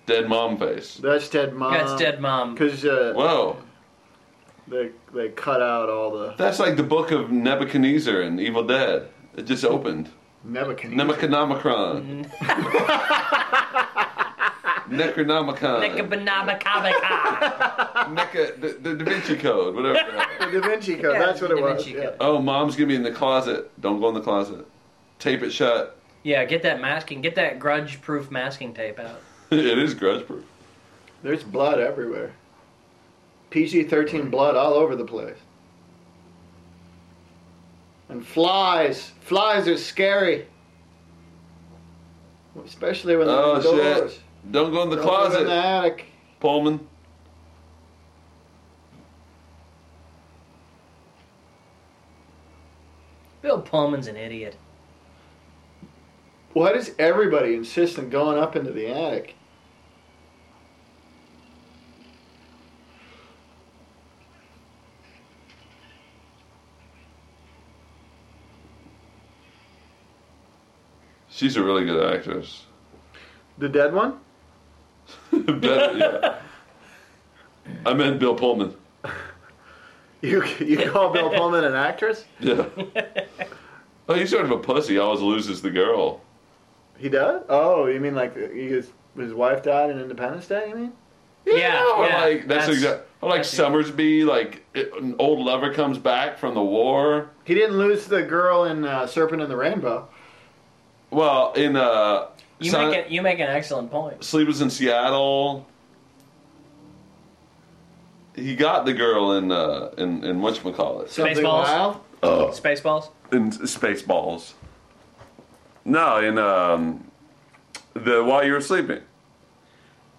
S1: Dead mom face.
S2: That's Dead Mom.
S3: That's Dead Mom.
S2: Because uh,
S1: Whoa.
S2: they they cut out all the
S1: That's like the book of Nebuchadnezzar and Evil Dead. It just opened.
S2: Nebuchadnezzar.
S1: Nebuchadnomicron. Necronomicon.
S3: Nicobanamacabacab.
S1: Neca, the, the Da Vinci Code, whatever.
S2: The Da Vinci Code.
S3: Yeah,
S2: that's what it
S3: Da
S2: was.
S3: Vinci
S2: Yeah.
S3: Code.
S1: oh, mom's gonna be in the closet. Don't go in the closet. Tape it shut.
S3: yeah, get that masking, get that grudge proof masking tape out.
S1: it is grudge proof.
S2: There's blood everywhere. PG thirteen blood all over the place. And flies. Flies are scary. Especially when they're
S1: Oh,
S2: indoors.
S1: shit. Don't go in the
S2: Uh, Don't live
S1: closet,
S2: In the attic.
S1: Pullman.
S3: Bill Pullman's an idiot.
S2: Why does everybody insist on going up into the attic?
S1: She's a really good actress.
S2: The dead one?
S1: Better, yeah. I meant Bill Pullman.
S2: You you call Bill Pullman an actress?
S1: Yeah. oh, he's sort of a pussy. Always loses the girl.
S2: He does? Oh, you mean like his his wife died on Independence Day? You mean?
S3: Yeah,
S1: or
S3: yeah,
S1: like that's,
S3: that's-
S1: exact. Or like
S3: that's-
S1: Summersby, like it, an old lover comes back from the war.
S2: He didn't lose the girl in uh, Serpent and the Rainbow.
S1: Well, in uh,
S3: You
S1: Son-
S3: make, a, you make an excellent point.
S1: Sleepers in Seattle. He got the girl in uh, in in whatchamacallit.
S2: Something
S3: Spaceballs.
S2: wild.
S1: Oh.
S3: Spaceballs?
S1: in Spaceballs. No, in um, the while you were sleeping.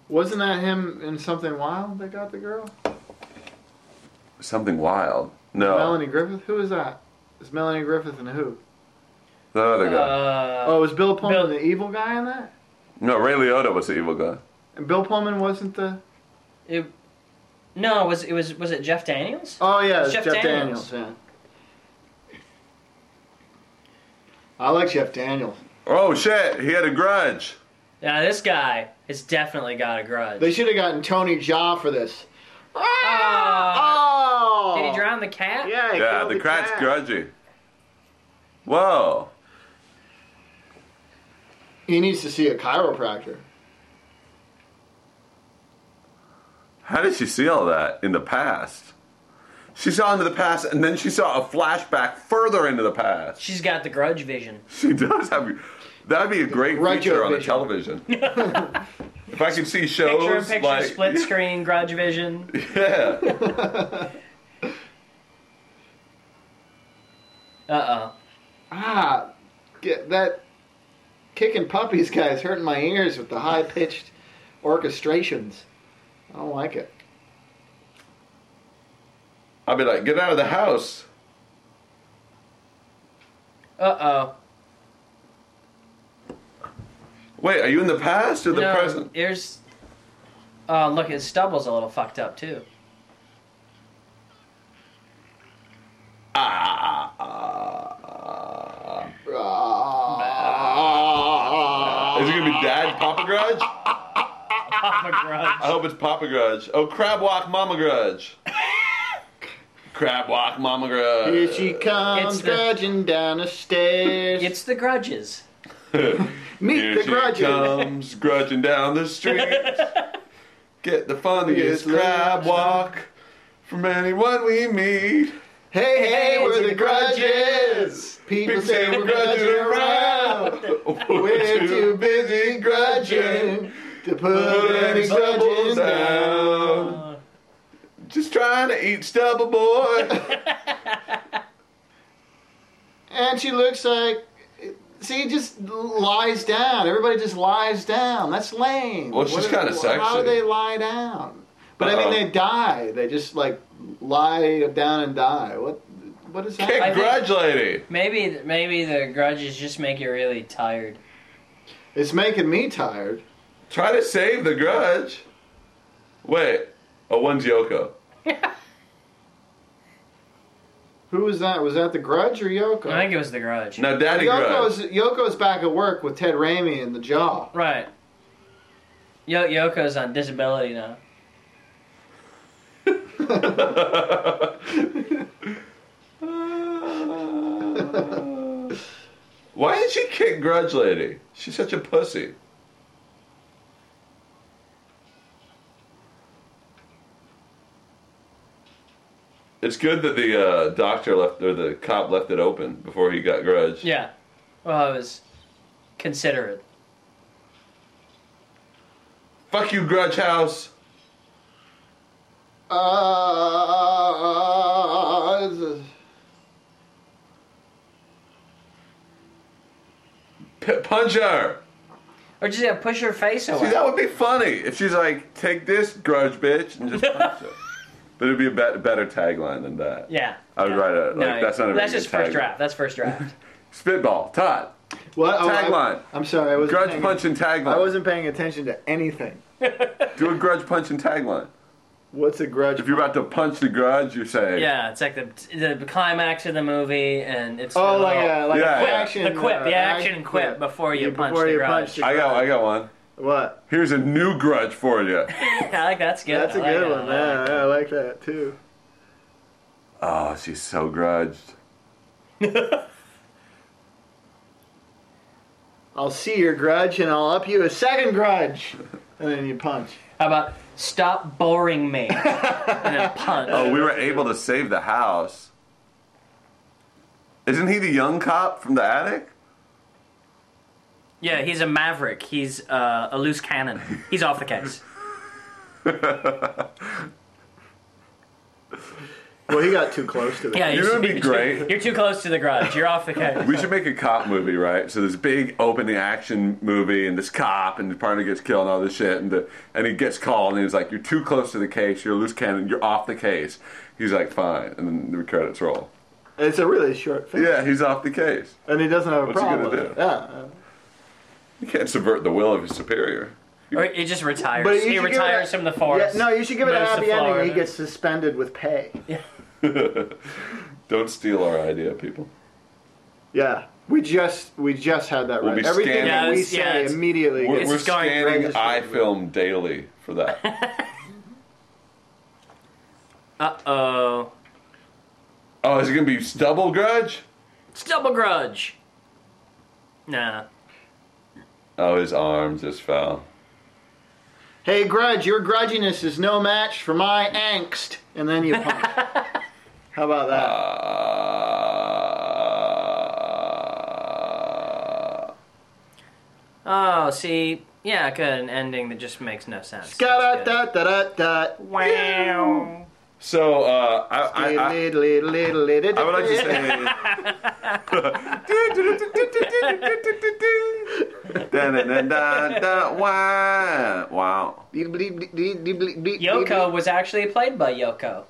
S2: Wasn't that him in Something Wild that got the girl?
S1: Something wild. No,
S2: Melanie Griffith. Who was that? It's Melanie Griffith and who?
S1: the other guy.
S3: Uh,
S2: Oh, was Bill Pullman
S3: Bill-
S2: the evil guy in that?
S1: no, Ray Liotta was the evil guy.
S2: And Bill Pullman wasn't the.
S3: it, no, it was it was was it Jeff Daniels?
S2: Oh yeah,
S3: It's
S2: it's Jeff,
S3: Jeff
S2: Daniels.
S3: Daniels.
S2: yeah. I like Jeff Daniels.
S1: Oh shit, he had a grudge.
S3: Now this guy has definitely got a grudge.
S2: They should have gotten Tony Jaa for this.
S3: Ah!
S2: Oh!
S3: Did he drown the cat?
S2: Yeah, he
S1: Yeah,
S2: killed
S1: the,
S2: the
S1: cat's
S2: cat.
S1: grudgy. Whoa.
S2: He needs to see a chiropractor.
S1: How did she see all that in the past? She saw into the past and then she saw a flashback further into the past.
S3: She's got the grudge vision.
S1: She does have that'd be a great
S2: Right
S1: feature
S2: to
S1: on the
S2: vision.
S1: television. if I could see shows
S3: Picture in picture,
S1: like
S3: split screen, grudge vision.
S1: Yeah.
S3: Uh oh.
S2: Ah, get that kicking puppies guy is hurting my ears with the high pitched orchestrations. I don't like it.
S1: I'd be like, get out of the house.
S3: Uh oh.
S1: Wait, are you in the past or the
S3: no,
S1: present?
S3: There's. Oh, look, his stubble's a little fucked up, too.
S1: Ah, ah, ah. Is it gonna be Dad Papa Grudge?
S3: Papa grudge.
S1: I hope it's Papa Grudge. Oh, Crab Walk Mama Grudge. crab Walk Mama Grudge.
S2: Here she comes,
S3: It's the-
S2: grudging down the stairs.
S3: It's the grudges.
S2: Meet
S1: Here
S2: the
S1: she
S2: grudges.
S1: comes grudging down the street. Get the funniest
S2: Yes,
S1: crab
S2: ladies.
S1: walk from anyone we meet.
S2: Hey, hey,
S3: Hey,
S2: we're
S3: it's
S2: the
S3: the
S2: grudges. People say we're grudging around.
S1: We're too
S2: busy grudging to put any grudges
S1: Bubbles
S2: down.
S1: down. Just trying to eat stubble, boy.
S2: And she looks like. See, just lies down. Everybody just lies down. That's lame.
S1: Well, she's
S2: What-
S1: kinda
S2: How
S1: sexy.
S2: do they lie down? But I mean,
S1: Uh-oh.
S2: they die. They just like lie down and die. What? what is that?
S3: I think-
S1: Congratulating.
S3: Maybe maybe the grudges just make you really tired.
S2: It's making me tired.
S1: Try to save the grudge. Wait. Oh, one's Yoko.
S2: Who was that? Was that the Grudge or Yoko?
S3: I think it was the grudge.
S1: Now, Daddy Grudge.
S2: Yoko's Yoko's back at work with Ted Raimi in the jaw.
S3: Right. Yo- Yoko's on disability now.
S1: Why did she kick Grudge Lady? She's such a pussy. It's good that the uh, doctor left or the cop left it open before he got Grudge.
S3: Yeah. Well, I was considerate.
S1: Fuck you, Grudge House.
S2: Uh,
S1: P- punch her.
S3: Or just yeah, push her face away.
S1: See, that would be funny if she's like, "Take this, grudge bitch," and just punch her. But it'd be a bet better tagline than that.
S3: yeah.
S1: I would
S3: Yeah.
S1: write it. Like, that's not a
S3: That's
S1: very
S3: just
S1: good
S3: first
S1: tagline.
S3: draft. That's first draft.
S1: Spitball, Todd.
S2: what Oh, I-
S1: Tagline.
S2: I'm sorry, I was
S1: Grudge punch and tagline.
S2: I wasn't paying attention to anything.
S1: Do a grudge punch and tagline.
S2: What's a grudge?
S1: If you're about to punch the grudge, you say,
S3: yeah, it's like the the climax of the movie, and it's
S2: oh,
S3: the
S2: like a
S3: little-
S2: like
S1: Yeah,
S2: a
S1: yeah.
S2: action.
S3: The quip,
S2: uh,
S3: the action quip before you punch
S2: before
S3: the
S2: you
S3: grudge.
S2: punch the
S1: I got, I got one.
S2: What?
S1: Here's a new grudge for you.
S3: I like that's good.
S2: uh, That's
S3: I
S2: a
S3: like
S2: good
S3: that.
S2: one.
S3: I like
S2: Yeah,
S3: that.
S2: I like that too.
S1: oh, she's so grudged.
S2: I'll see your grudge and I'll up you a second grudge, and then you punch.
S3: How about stop boring me and then punch?
S1: Oh, we were able to save the house. Isn't he the young cop from the attic?
S6: Yeah, he's a maverick. He's uh, a loose cannon. He's off the case.
S2: Well, he got too close to it.
S3: Yeah,
S1: You
S3: you're
S1: know what'd
S3: too-
S1: be great?
S3: You're too close to the grudge. You're off the case.
S1: We should make a cop movie, right? So this big opening action movie, and this cop and his partner gets killed and all this shit, and the, and he gets called and he's like, "You're too close to the case. You're a loose cannon. You're off the case." He's like, "Fine," and then the credits roll.
S2: It's a really short film,
S1: Yeah, he's off the case.
S2: and he doesn't have a
S1: What's he
S2: problem.
S1: gonna
S2: with it. Yeah.
S1: You can't subvert the will of his superior.
S3: or he just retires.
S2: But you should
S3: he
S2: give it
S3: retires
S2: a-
S3: from the force.
S2: Yeah, no, you should give it a
S3: Moves to
S2: happy ending. He
S3: Florida.
S2: gets suspended with pay.
S1: Don't steal our idea, people.
S2: Yeah, we just we just had that
S1: We'll
S2: right.
S1: be
S2: Everything
S1: scanning-
S2: that we
S3: Yeah, it's- yeah,
S2: say
S3: it's-
S2: immediately
S1: We're,
S2: gets
S1: we're
S3: going
S1: scanning
S2: registered.
S1: iFilm daily for that.
S6: Uh oh.
S1: oh, is it gonna be stubble grudge?
S6: Double grudge. Nah.
S1: Oh, his arms just fell.
S2: Hey, grudge, your grudginess is no match for my angst, and then you punch. How about that?
S1: Uh,
S3: Oh, see, yeah, good. An ending that just makes no sense.
S2: da
S3: That's good.
S2: da da da
S3: Wow.
S1: so uh, I, I, I, I would like to say. Da, da, da, da, da, wow. Wow.
S3: Yoko was actually played by Yoko.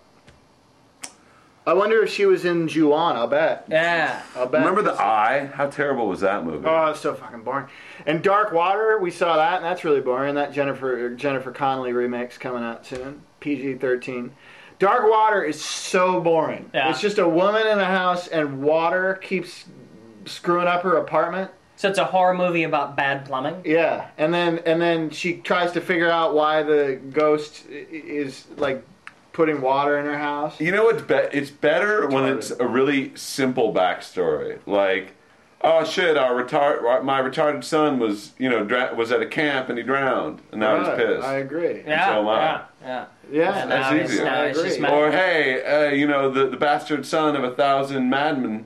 S2: I wonder if she was in Juwan. I'll bet.
S3: Yeah.
S2: I'll bet.
S1: Remember the eye? How terrible was that movie?
S2: Oh, it's so fucking boring. And Dark Water, we saw that, and that's really boring. That Jennifer Jennifer Connelly remake's coming out soon. PG thirteen. Dark Water is so boring.
S3: Yeah.
S2: It's just a woman in a house, and water keeps screwing up her apartment.
S3: So it's a horror movie about bad plumbing.
S2: Yeah, and then and then she tries to figure out why the ghost i- is like putting water in her house.
S1: You know what's be- it's better when it's a really simple backstory. Like, oh shit, our retard my retarded son was you know dra- was at a camp and he drowned and now
S2: Right,
S1: he's pissed.
S2: I agree. Yeah,
S3: Yeah.
S1: so am I.
S3: yeah. Yeah.
S2: yeah.
S1: That's
S3: now it's-
S1: easier.
S3: now it's
S2: I agree.
S3: just mad-
S1: Or hey, uh, you know the, the bastard son of a thousand madmen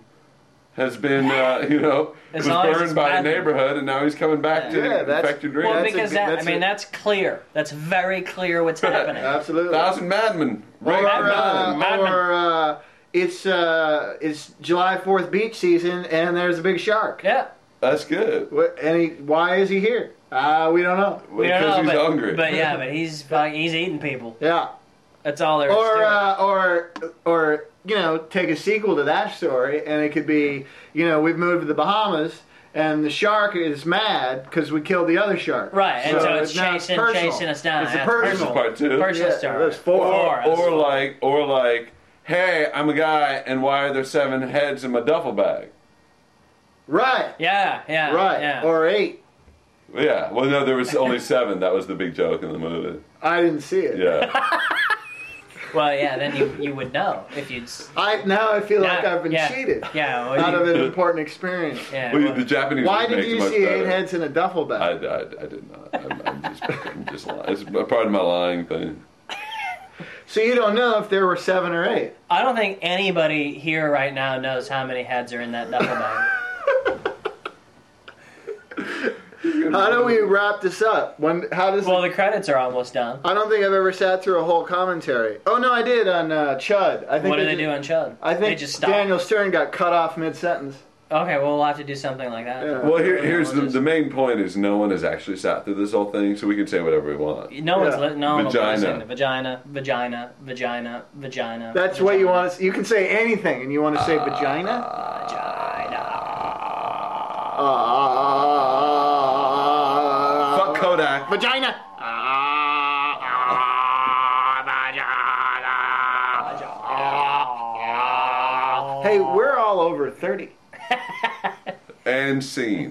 S1: has been uh, you know
S3: As
S1: was
S3: long as
S1: burned
S3: it's
S1: by
S3: madmen.
S1: a neighborhood and now he's coming back
S2: Yeah,
S1: to
S2: that's-
S1: infect your dreams.
S3: Well,
S2: That's a
S3: because
S2: good-
S3: that,
S2: that's
S3: I
S2: a- Uh,
S3: mean, that's clear. That's very clear what's happening.
S2: Absolutely.
S1: thousand madmen, right?
S2: Or, uh,
S3: Madman, Madman.
S2: or uh, it's uh, it's July Fourth beach season, and there's a big shark.
S3: yeah.
S1: That's good
S2: What, and he, why is he here? Uh, we don't know.
S3: We don't
S1: because
S3: know,
S1: he's
S3: but,
S1: hungry.
S3: But yeah, but he's fuck- he's eating people.
S2: Yeah,
S3: That's all there is
S2: or
S3: to it.
S2: uh, or or you know take a sequel to that story and it could be you know we've moved to the bahamas and the shark is mad because we killed the other shark
S3: Right, and so it's
S2: now
S3: chasing-
S2: personal.
S3: chasing us down.
S2: it's a
S3: That's
S1: This is
S2: personal,
S1: part two.
S3: Personal
S2: Yeah,
S3: story.
S2: there's four.
S1: or,
S3: Or-
S1: or like or like hey i'm a guy and why are there seven heads in my duffel bag
S2: right
S3: Yeah, yeah,
S2: right
S3: Yeah.
S2: or eight
S1: yeah well no there was only seven that was the big joke in the movie
S2: i didn't see it
S1: yeah
S3: well, yeah. Then you you would know if you'd. s-
S2: i now i feel like
S3: Yeah,
S2: i've been
S3: yeah,
S2: cheated
S3: Yeah. Well,
S2: out
S3: you,
S2: of an important experience
S3: yeah
S1: well,
S3: well,
S1: the japanese
S2: why
S1: remake
S2: did you
S1: is much
S2: see eight
S1: better.
S2: heads in a duffel bag
S1: I, I, I did not i'm, I'm just i'm just lying it's part of my lying thing
S2: so you don't know if there were seven or eight
S3: I don't think anybody here right now knows how many heads are in that duffel bag.
S2: how do we wrap this up when how does
S3: well, the credits are almost done.
S2: I don't think I've ever sat through a whole commentary. Oh no, I did on uh, Chud. I think
S3: What do they
S2: ju-
S3: do on Chud?
S2: I think
S3: they just stop.
S2: Daniel Stern got cut off mid-sentence.
S3: Okay, well, we'll have to do something like that.
S2: Yeah.
S1: well here, here's
S3: We'll
S1: the,
S3: just-
S1: the main point is no one has actually sat through this whole thing so we can say whatever we want
S3: No one's
S2: Yeah.
S3: li- no one will
S1: Vagina.
S3: listen. Vagina, vagina, vagina, vagina.
S2: That's what you want to. You can say anything, and you want to say vagina.
S3: Uh,
S2: Ah,
S1: fuck kodak
S2: vagina.
S3: Oh,
S2: Hey, we're all over thirty.
S1: and scene